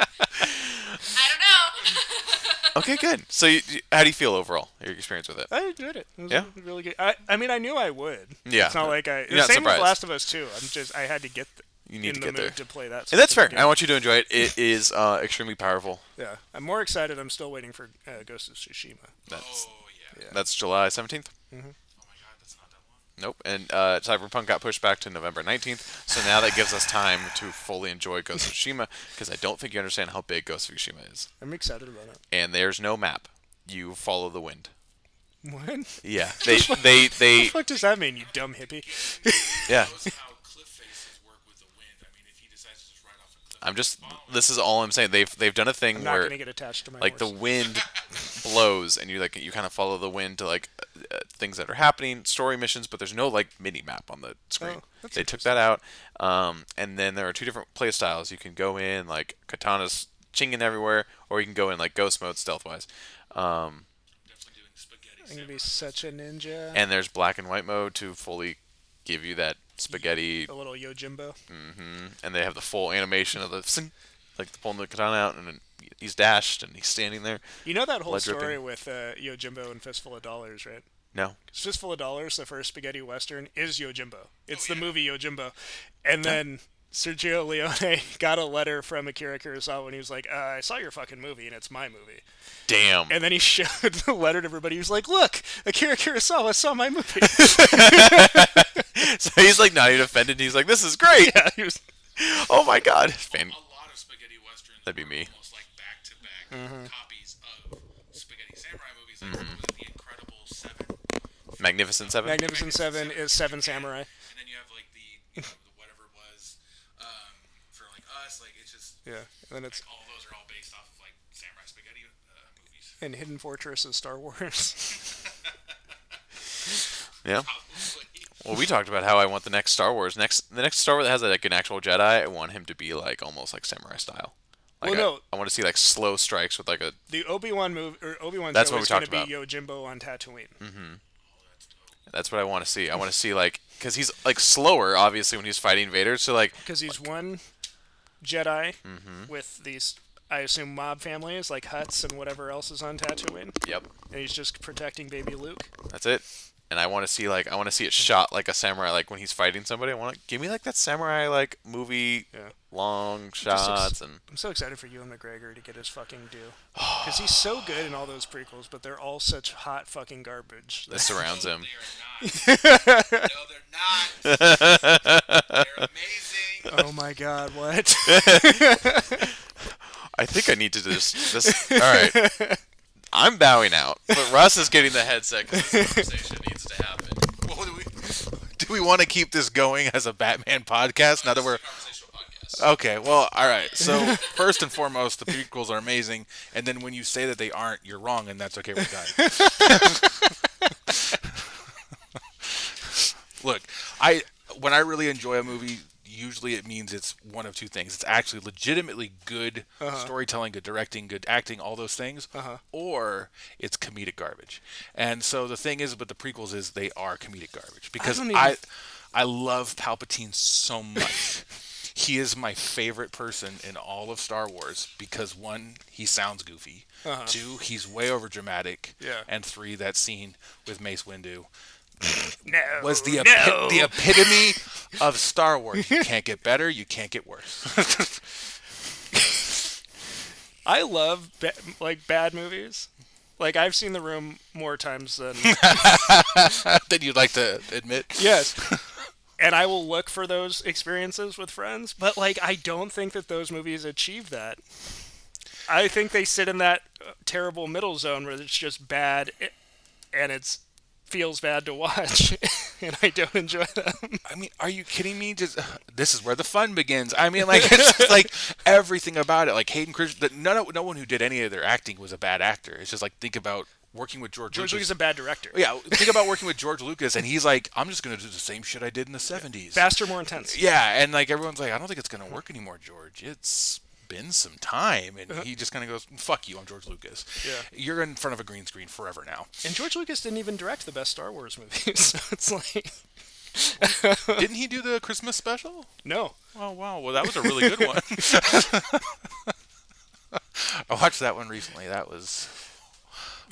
C: I don't know.
A: okay, good. So you, you- how do you feel overall? Your experience with it?
B: I enjoyed it. It was
A: Yeah?
B: really good. I, I mean, I knew I would.
A: Yeah.
B: It's not like I.
A: You're
B: the
A: not
B: same
A: surprised.
B: with Last of Us too. I'm just I had to get th-
A: You need
B: in
A: to
B: the
A: get
B: mood
A: there.
B: to play that.
A: And that's fair.
B: sort of
A: I want you to enjoy it. It is uh, extremely powerful.
B: game. Yeah. I'm more excited. I'm still waiting for uh, Ghost of Tsushima.
A: That's
D: Oh yeah.
A: that's July 17th.
D: Oh my god, that's not that long.
A: Nope. And uh, Cyberpunk got pushed back to November 19th. So now that gives us time to fully enjoy Ghost of Tsushima because I don't think you understand how big Ghost of Tsushima is.
B: I'm excited about it.
A: And there's no map. You follow the wind.
B: What? What
A: Yeah. They they
B: the
A: they
B: fuck does that mean, you dumb hippie?
A: yeah.
D: Knows how cliff faces work with the wind. I mean, if he decides to just ride off a cliff,
A: I'm just this is all I'm saying. They've they've done a thing
B: I'm not
A: where
B: gonna get attached to my
A: like the
B: horse.
A: wind blows and you like you kind of follow the wind to like uh, things that are happening story missions but there's no like mini map on the screen
B: Oh, that's
A: they took that out um, and then there are two different play styles you can go in like katana's chinging everywhere or you can go in like ghost mode stealth wise um,
D: I'm definitely doing spaghetti.
B: I'm gonna
D: samurai.
B: be such a ninja.
A: and there's black and white mode to fully give you that spaghetti
B: a little Yojimbo.
A: and they have the full animation of the sing, like pulling the katana out and he's dashed and he's standing there
B: You know that whole
A: Blood
B: story
A: dripping.
B: with uh, Yojimbo and Fistful of Dollars, right?
A: no
B: Fistful of Dollars, the first spaghetti western, is Yojimbo. It's the movie Yojimbo. And then Sergio Leone got a letter from Akira Kurosawa and he was like, uh, I saw your fucking movie and it's my movie.
A: damn
B: And then he showed the letter to everybody. He was like, Look, Akira Kurosawa saw my movie.
A: so he's like not even offended he's like this is great
B: He was-
A: Oh my god. Fan-
D: A lot of spaghetti westerns.
A: That'd be Mm-hmm.
D: were
A: me.
D: Almost like back to back copies of spaghetti samurai movies. Like
A: Mm-hmm.
D: what was it, The Incredible Seven.
A: Magnificent Seven.
B: Magnificent Seven is Seven Samurai.
D: And then you have like the, you know, the whatever it was um, for like us. Like it's just
B: Yeah. And then it's
D: like all those are all based off of like samurai spaghetti uh, movies.
B: in Hidden Fortress is Star Wars.
A: yeah.
D: Probably.
A: Well, we talked about how I want the next Star Wars. Next, the next Star Wars that has like an actual Jedi. I want him to be like almost like samurai style. Like
B: Well,
A: I,
B: no.
A: I want to see like slow strikes with like a.
B: the Obi Wan movie or Obi Wan
A: That's
B: show
A: what we
B: is gonna
A: talked
B: be Yojimbo on Tatooine.
A: That's what I want to see. I want to see like because he's like slower, obviously, when he's fighting Vader. So like,
B: because he's one Jedi
E: Mm-hmm.
B: with these, I assume, mob families like Huts and whatever else is on Tatooine,
A: yep,
B: and he's just protecting baby Luke.
A: that's it. and I want to see like I want to see it shot like a samurai, like when he's fighting somebody. I want to give me like that samurai like movie
B: Yeah.
A: long shots and
B: I'm so excited for Ewan McGregor to get his fucking due. Because he's so good in all those prequels, but they're all such hot fucking garbage.
A: that surrounds him.
D: They are not. no, they're not. they're amazing.
B: oh my god, what?
A: I think I need to just this. All right, I'm bowing out, but Russ is getting the headset because this conversation needs to happen.
E: Well, do we do we want to keep this going as a Batman podcast now that we're
D: Conversational podcast.
E: okay? Well, all right. So first and foremost, the prequels are amazing, and then when you say that they aren't, you're wrong, and that's okay. We're done. Look, I when I really enjoy a movie, usually it means it's one of two things: it's actually legitimately good
B: Uh-huh.
E: storytelling, good directing, good acting, all those things, or it's comedic garbage. And so the thing is, with the prequels is they are comedic garbage because I
B: don't
E: I,
B: even-
E: love Palpatine so much. he is my favorite person in all of Star Wars because one, he sounds goofy. Two, he's way over dramatic.
B: Uh-huh. Yeah.
E: And three, that scene with Mace Windu
B: no.
E: was the epi-
B: no.
E: the epitome of Star Wars. You can't get better. You can't get worse.
B: I love ba- like bad movies. Like I've seen The Room more times than
E: then you'd like to admit.
B: yes. And I will look for those experiences with friends, but like I don't think that those movies achieve that. I think they sit in that uh, terrible middle zone where it's just bad i- and it's feels bad to watch and I don't enjoy them.
E: I mean, are you kidding me? Just this is where the fun begins. I mean, like it's just like everything about it. Like Hayden Christensen. No, no, no one who did any of their acting was a bad actor. It's just like think about working with George,
B: George Lucas
E: Lucas.
B: is a bad director.
E: yeah, think about working with George Lucas, and he's like, I'm just gonna do the same shit I did in the '70s.
B: Faster, more intense.
E: Yeah, and like everyone's like, I don't think it's gonna work anymore, George. It's been some time, and he just kind of goes, "Fuck you, I'm George Lucas.
B: Yeah.
E: You're in front of a green screen forever now."
B: And George Lucas didn't even direct the best Star Wars movies. So it's like
E: Didn't he do the Christmas special?
B: no.
E: Oh wow, well that was a really good one. I watched that one recently. That was.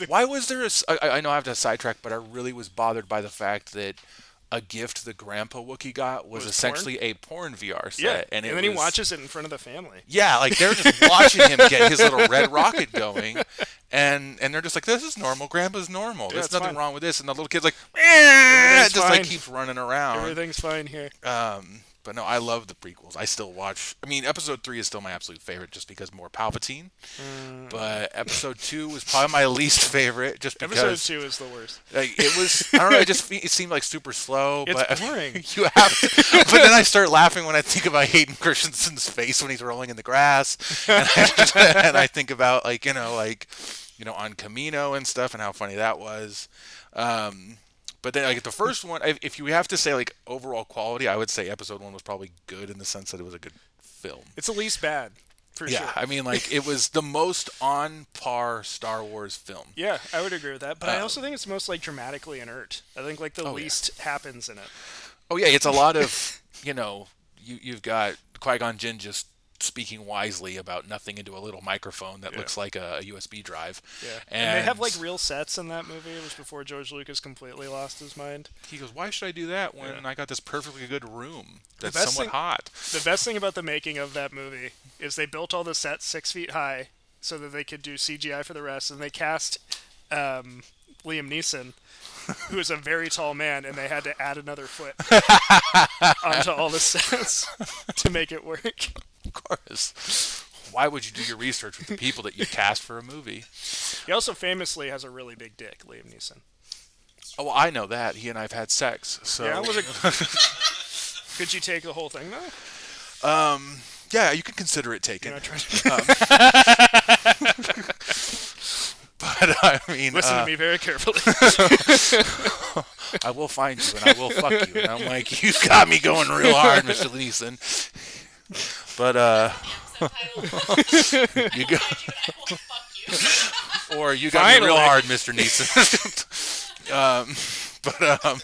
E: Why was there a s I I I know I have to sidetrack, but I really was bothered by the fact that a gift the grandpa Wookie got
B: Was
E: was,
B: porn?
E: essentially a porn VR set,
B: Yeah.
E: and,
B: and
E: it
B: then he
E: was-
B: watches it in front of the family.
E: Yeah, like they're just watching him get his little red rocket going, and and they're just like, "This is normal. Grandpa's normal. There's
B: it's
E: nothing
B: fine.
E: wrong with this." And the little kid's like, "Eh," just
B: fine.
E: like keeps running around.
B: Everything's fine here.
E: Um, but no, I love the prequels. I still watch. I mean, Episode three is still my absolute favorite, just because more Palpatine. But Episode two was probably my least favorite, just because
B: Episode two is the worst.
E: like it was I don't know it just fe- it seemed like super slow
B: It's
E: but
B: boring.
E: you have to, but then I start laughing when I think about Hayden Christensen's face when he's rolling in the grass and I, and I think about like you know like you know on Camino and stuff and how funny that was um but then like the first one if if you have to say like overall quality I would say episode 1 was probably good in the sense that it was a good film
B: It's the least bad, for
E: yeah
B: sure.
E: I mean like it was the most on par Star Wars film
B: Yeah, I would agree with that. But I
E: Uh, oh,
B: also think it's most like dramatically inert. I think like the
E: yeah.
B: least happens in it.
E: Oh yeah, it's a lot of you know you you've got Qui Gon Jinn just speaking wisely about nothing into a little microphone that looks like a USB drive.
B: And, they have like real sets in that movie. It was before George Lucas completely lost his mind.
E: he goes, "Why should I do that when I got this perfectly good room that's
B: best thing-
E: somewhat hot?"
B: The best thing about the making of that movie is they built all the sets six feet high so that they could do CGI for the rest, and they cast um, Liam Neeson, who is a very tall man, and they had to add another foot onto all the sets to make it work.
E: Of course. Why would you do your research with the people that you cast for a movie?
B: He also famously has a really big dick, Liam Neeson.
E: Oh, well, I know that he and I've had sex. So
B: Yeah, I was a... Could you take the whole thing though?
E: yeah, you can consider it taken.
B: You know, try to
E: But I mean,
B: listen
E: uh,
B: to me very carefully.
E: I will find you and I will fuck you. And I'm like, you got me going real hard, Mr. Neeson. But uh,
C: Subtitle.
E: you go,
C: I do. I will fuck you.
E: or you got me real hard, Mr. Neeson. um, but um,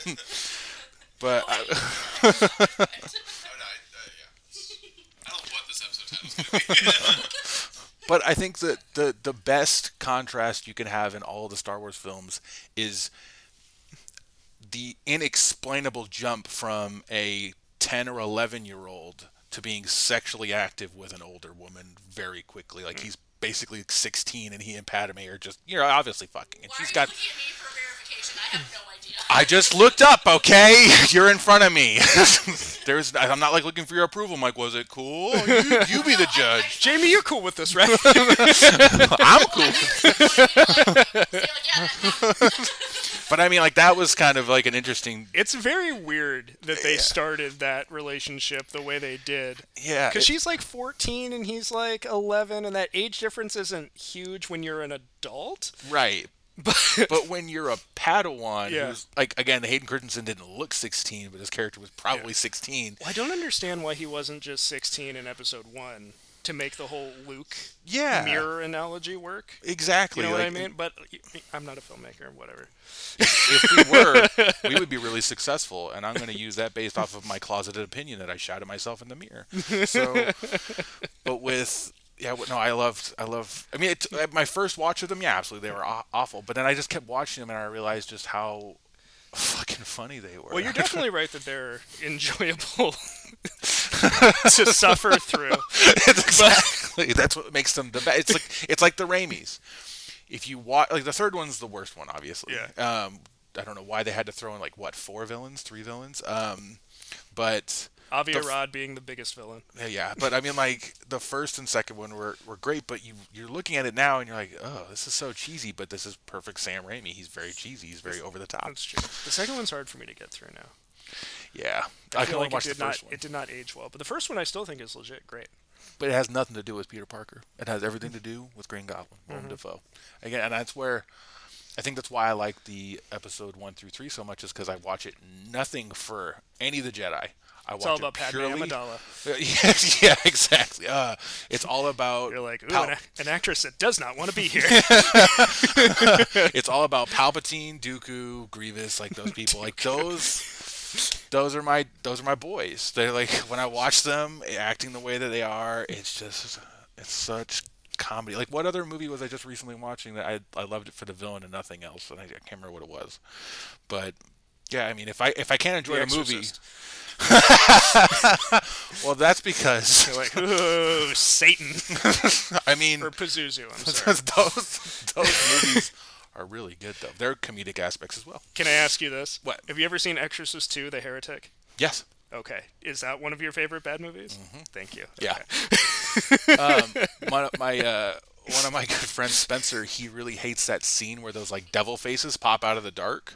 E: but I,
D: Oh, no, I, uh, yeah. I don't know what this episode title's going to be.
E: but I think that the the best contrast you can have in all the Star Wars films is the inexplainable jump from a 10 or 11 year old to being sexually active with an older woman very quickly. Like he's basically 16 and he and Padme are just, you're obviously fucking. And
C: Why
E: she's
C: are
E: got.
C: you looking at me for verification? I have no idea.
E: I just looked up, okay? You're in front of me. There's, I'm not like looking for your approval. I'm like, was it cool? You, you be the judge.
B: Jamie, you're cool with this, right?
E: I'm cool.
C: Like,
E: But I mean, like that was kind of like an interesting,
B: it's very weird that they started that relationship the way they did.
E: yeah.
B: Because
E: it-
B: she's like 14 and he's like 11, and that age difference isn't huge when you're an adult.
E: Right. But, when you're a Padawan,
B: Yeah.
E: who's like again, Hayden Christensen didn't look 16, but his character was probably 16.
B: I don't understand why he wasn't just 16 in episode 1 to make the whole Luke
E: Yeah,
B: mirror analogy work.
E: exactly.
B: You know what I
E: like,
B: mean? But I'm not a filmmaker, whatever.
E: If we were, we would be really successful, and I'm going to use that based off of my closeted opinion that I shot at myself in the mirror. So, but with yeah, w- no, I loved, I love. I mean, it, at my first watch of them, yeah, absolutely, they were aw- awful. But then I just kept watching them, and I realized just how fucking funny they were.
B: Well, you're definitely right that they're enjoyable to suffer through.
E: exactly. That's what makes them the best. It's like it's like the Raimis. If you watch, like the third one's the worst one, obviously.
B: Yeah.
E: Um, I don't know why they had to throw in like what four villains, three villains. Um, but
B: Avi
E: The f-
B: Arad being the biggest villain.
E: yeah, but I mean like the first and second one were, were great, but you you're looking at it now and you're like, oh, this is so cheesy, but this is perfect Sam Raimi. He's very cheesy. He's very over the top.
B: That's true. The second one's hard for me to get through now.
E: Yeah, I, can
B: feel
E: only
B: like
E: watch
B: it
E: the
B: did
E: first
B: not
E: one,
B: it did not age well, but the first one I still think is legit great.
E: but it has nothing to do with Peter Parker. It has everything to do with Green Goblin, Willem
B: Mm-hmm.
E: Dafoe. Again, and that's where I think that's why I like the episode one through three so much is because I watch it nothing for any of the Jedi. I watch
B: It's all about
E: it
B: Padme
E: purely.
B: Amidala.
E: yeah, yeah, exactly. Uh, it's all about
B: You're like, ooh,
E: Pal-
B: an, a- an actress that does not want to be here.
E: it's all about Palpatine, Dooku, Grievous, like those people. Like those those are my those are my boys. They're like when I watch them acting the way that they are, it's just it's such comedy. Like what other movie was I just recently watching that I I loved it for the villain and nothing else and I, I can't remember what it was. But yeah, I mean if I if I can't enjoy
B: The
E: a movie
B: Exorcist.
E: Well that's because
B: You're like, ooh, Satan
E: I mean
B: or Pazuzu. I'm sorry.
E: those those movies are really good though. They're comedic aspects as well.
B: Can I ask you this?
E: What?
B: Have you ever seen Exorcist 2: The Heretic?
E: Yes.
B: Okay, is that one of your favorite bad movies? Thank you.
E: Mm-hmm. Yeah. um, my my uh, one of my good friends, Spencer, he really hates that scene where those like devil faces pop out of the dark.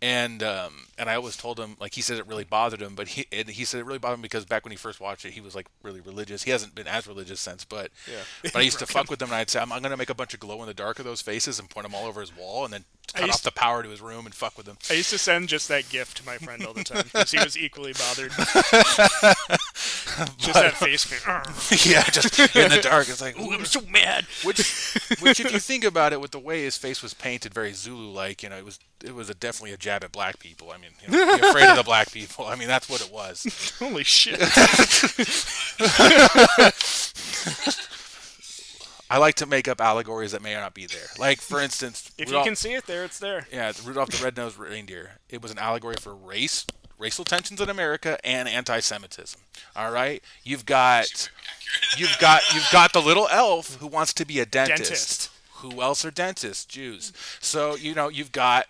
E: And um, and I always told him like he said it really bothered him, but he and he said it really bothered him because back when he first watched it, he was like really religious. He hasn't been as religious since, but
B: Yeah.
E: but I used to fuck with him and I'd say I'm, I'm gonna make a bunch of glow in the dark of those faces and point them all over his wall and then cut
B: used
E: off the power to his room and fuck with him.
B: I used to send just that gift to my friend all the time because he was equally bothered. just that face. "Argh,
E: yeah, just in the dark. It's like
B: I'm so mad.
E: which which if you think about it with the way his face was painted very zulu like you know it was it was a, definitely a jab at black people i mean you know, be afraid of the black people i mean that's what it was
B: Holy shit.
E: i like to make up allegories that may not be there like for instance
B: If you
E: Rudolph-
B: can see it there, it's there.
E: yeah it's rudolph the red-nosed reindeer it was an allegory for race racial tensions in america and anti-semitism all right you've got you've got you've got the little elf who wants to be a dentist.
B: Dentist.
E: Who else are dentists? Jews. So you know you've got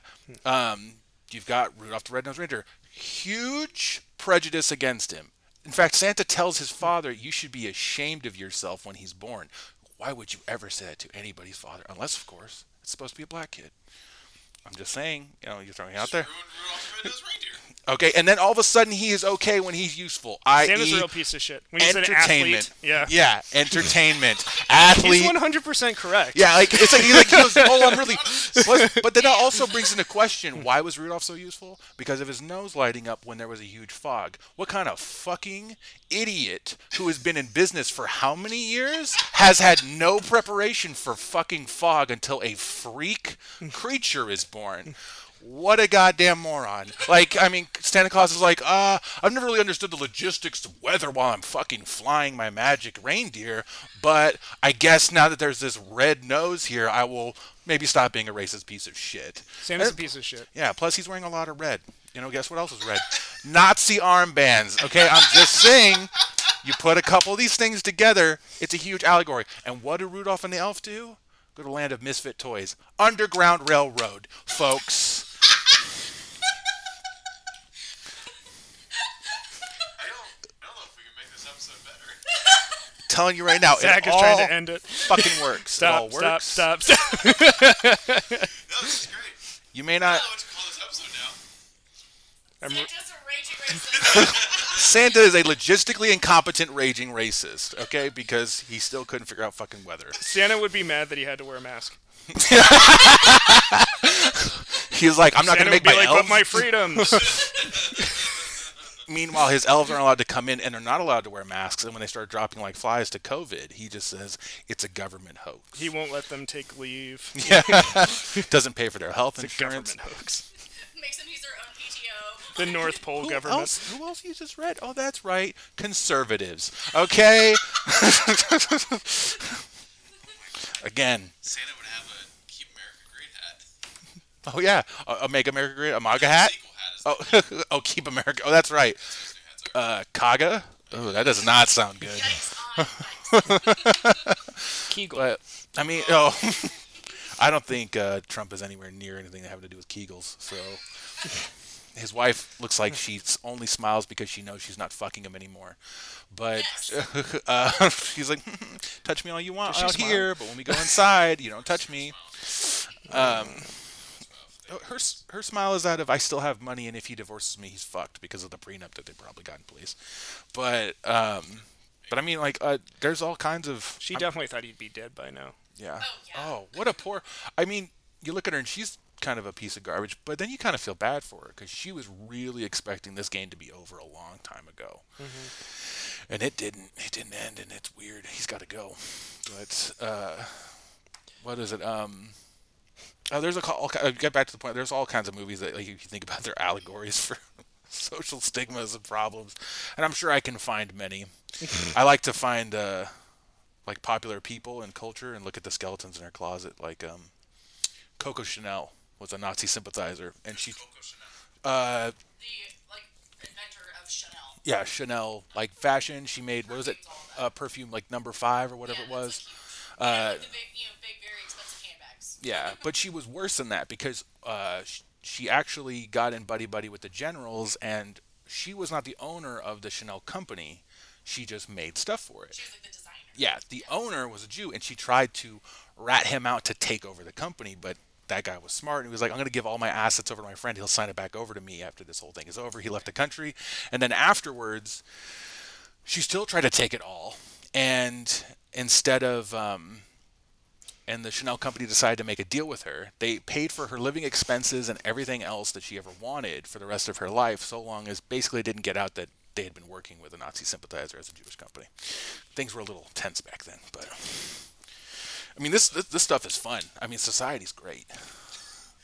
E: um, you've got Rudolph the Red-Nosed Reindeer. Huge prejudice against him. In fact, Santa tells his father, "You should be ashamed of yourself when he's born." Why would you ever say that to anybody's father? Unless, of course, it's supposed to be a black kid. I'm just saying, you know, you're throwing it out there.
D: Ruined Rudolph the Red-Nosed Reindeer.
E: Okay, and then all of a sudden he is okay when he's useful. I.e.,
B: Santa's a real piece of shit. When he's an
E: e entertainment.
B: athlete, yeah.
E: yeah, entertainment, athlete.
B: He's 100% correct.
E: Yeah, like it's like he like goes, oh, I'm really. But, but then that also brings into question why was Rudolph so useful? Because of his nose lighting up when there was a huge fog. What kind of fucking idiot who has been in business for how many years has had no preparation for fucking fog until a freak creature is born? What a goddamn moron! Like, I mean, Santa Claus is like, uh, I've never really understood the logistics of weather while I'm fucking flying my magic reindeer, but I guess now that there's this red nose here, I will maybe stop being a racist piece of shit.
B: Santa's a
E: And-
B: piece of shit.
E: yeah, plus he's wearing a lot of red. You know, guess what else is red? Nazi armbands. Okay, I'm just saying. You put a couple of these things together, it's a huge allegory. And what do Rudolph and the Elf do? Go to the land of misfit toys, Underground Railroad, folks.
D: I don't, I don't know if we can make this episode better.
E: Telling you right now,
B: Zach
E: it
B: is
E: all
B: trying to end it.
E: fucking works. it all
B: Stop,
E: works.
B: stop, stop, stop.
D: No, this is great.
E: You may
D: I
E: not.
D: don't know what to call this episode now.
B: I'm-
C: Santa's a raging racist.
E: Santa is a logistically incompetent raging racist. Okay, because he still couldn't figure out fucking weather.
B: Santa would be mad that he had to wear a mask.
E: He's like, I'm not
B: Santa
E: gonna make
B: would be
E: my
B: like,
E: elves.
B: but my freedoms.
E: Meanwhile, his elves aren't allowed to come in and they're not allowed to wear masks. And when they start dropping like flies to COVID, he just says it's a government hoax.
B: he won't let them take leave.
E: Doesn't pay for their health insurance.
B: Government hoax.
C: Makes them use their own PTO.
B: The North Pole
E: Who
B: government.
E: else? Who else you just read? Oh, that's right, conservatives. Okay. Again.
D: Santa would have a Keep America Great hat.
E: Oh yeah, a, a Make America Great, a MAGA hat.
D: Sequel hat is
E: Oh, oh, keep America. Oh, that's right.
D: those new hats are.
E: Uh, Kaga. Oh, that does not sound good.
C: Yikes on yikes.
B: Kegel.
E: But uh, I mean, oh, I don't think uh, Trump is anywhere near anything having to do with Kegels. So his wife looks like she s- only smiles because she knows she's not fucking him anymore. But uh, she's like, touch me all you want
B: she
E: out
B: smile?
E: here, but when we go inside, you don't touch me. Um, her s- her smile is that of I still have money, and if he divorces me, he's fucked because of the prenup that they probably got in place. But um, but I mean, like, uh, there's all kinds of
B: She definitely thought he'd be dead by now.
E: yeah.
C: Oh, yeah.
E: Oh, what a poor. I mean, you look at her and she's kind of a piece of garbage, but then you kind of feel bad for her because she was really expecting this game to be over a long time ago,
C: Mm-hmm.
E: and it didn't. It didn't end, and it's weird. He's got to go. But uh, what is it? Um. Oh, there's a call. Get back to the point. There's all kinds of movies that, like, if you think about, their allegories for social stigmas and problems, and I'm sure I can find many. I like to find uh, like popular people and culture and look at the skeletons in her closet. Like um, Coco Chanel was a Nazi sympathizer, and she,
D: Coco Chanel.
E: uh,
C: The like inventor of Chanel.
E: yeah, Chanel like fashion. She made what was it, uh, perfume like number five or whatever
C: Yeah,
E: it
C: that's
E: was.
C: Uh, the big, you know, big, very expensive handbags.
E: Yeah, but she was worse than that because uh, sh- she actually got in buddy buddy with the generals, and she was not the owner of the Chanel company. She just made stuff for it.
C: She was like the designer.
E: Yeah, the owner was a Jew, and she tried to rat him out to take over the company, but that guy was smart, and he was like, "I'm going to give all my assets over to my friend. He'll sign it back over to me after this whole thing is over." He left the country, and then afterwards, she still tried to take it all, and instead of um, and the Chanel company decided to make a deal with her. They paid for her living expenses and everything else that she ever wanted for the rest of her life, so long as basically it didn't get out that they had been working with a Nazi sympathizer as a Jewish company. Things were a little tense back then, but I mean, this this, this stuff is fun. I mean, society's great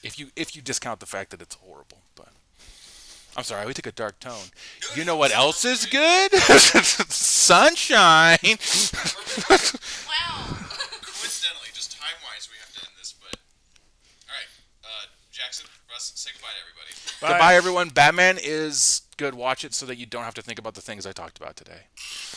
E: if you if you discount the fact that it's horrible. But I'm sorry, we took a dark tone. You know what else is good? Sunshine.
C: Wow.
D: Coincidentally, just time wise, we have to end this, but. Alright, uh, Jackson, Russ, say goodbye to everybody.
B: Bye.
E: Goodbye, everyone. Batman is good. Watch it so that you don't have to think about the things I talked about today.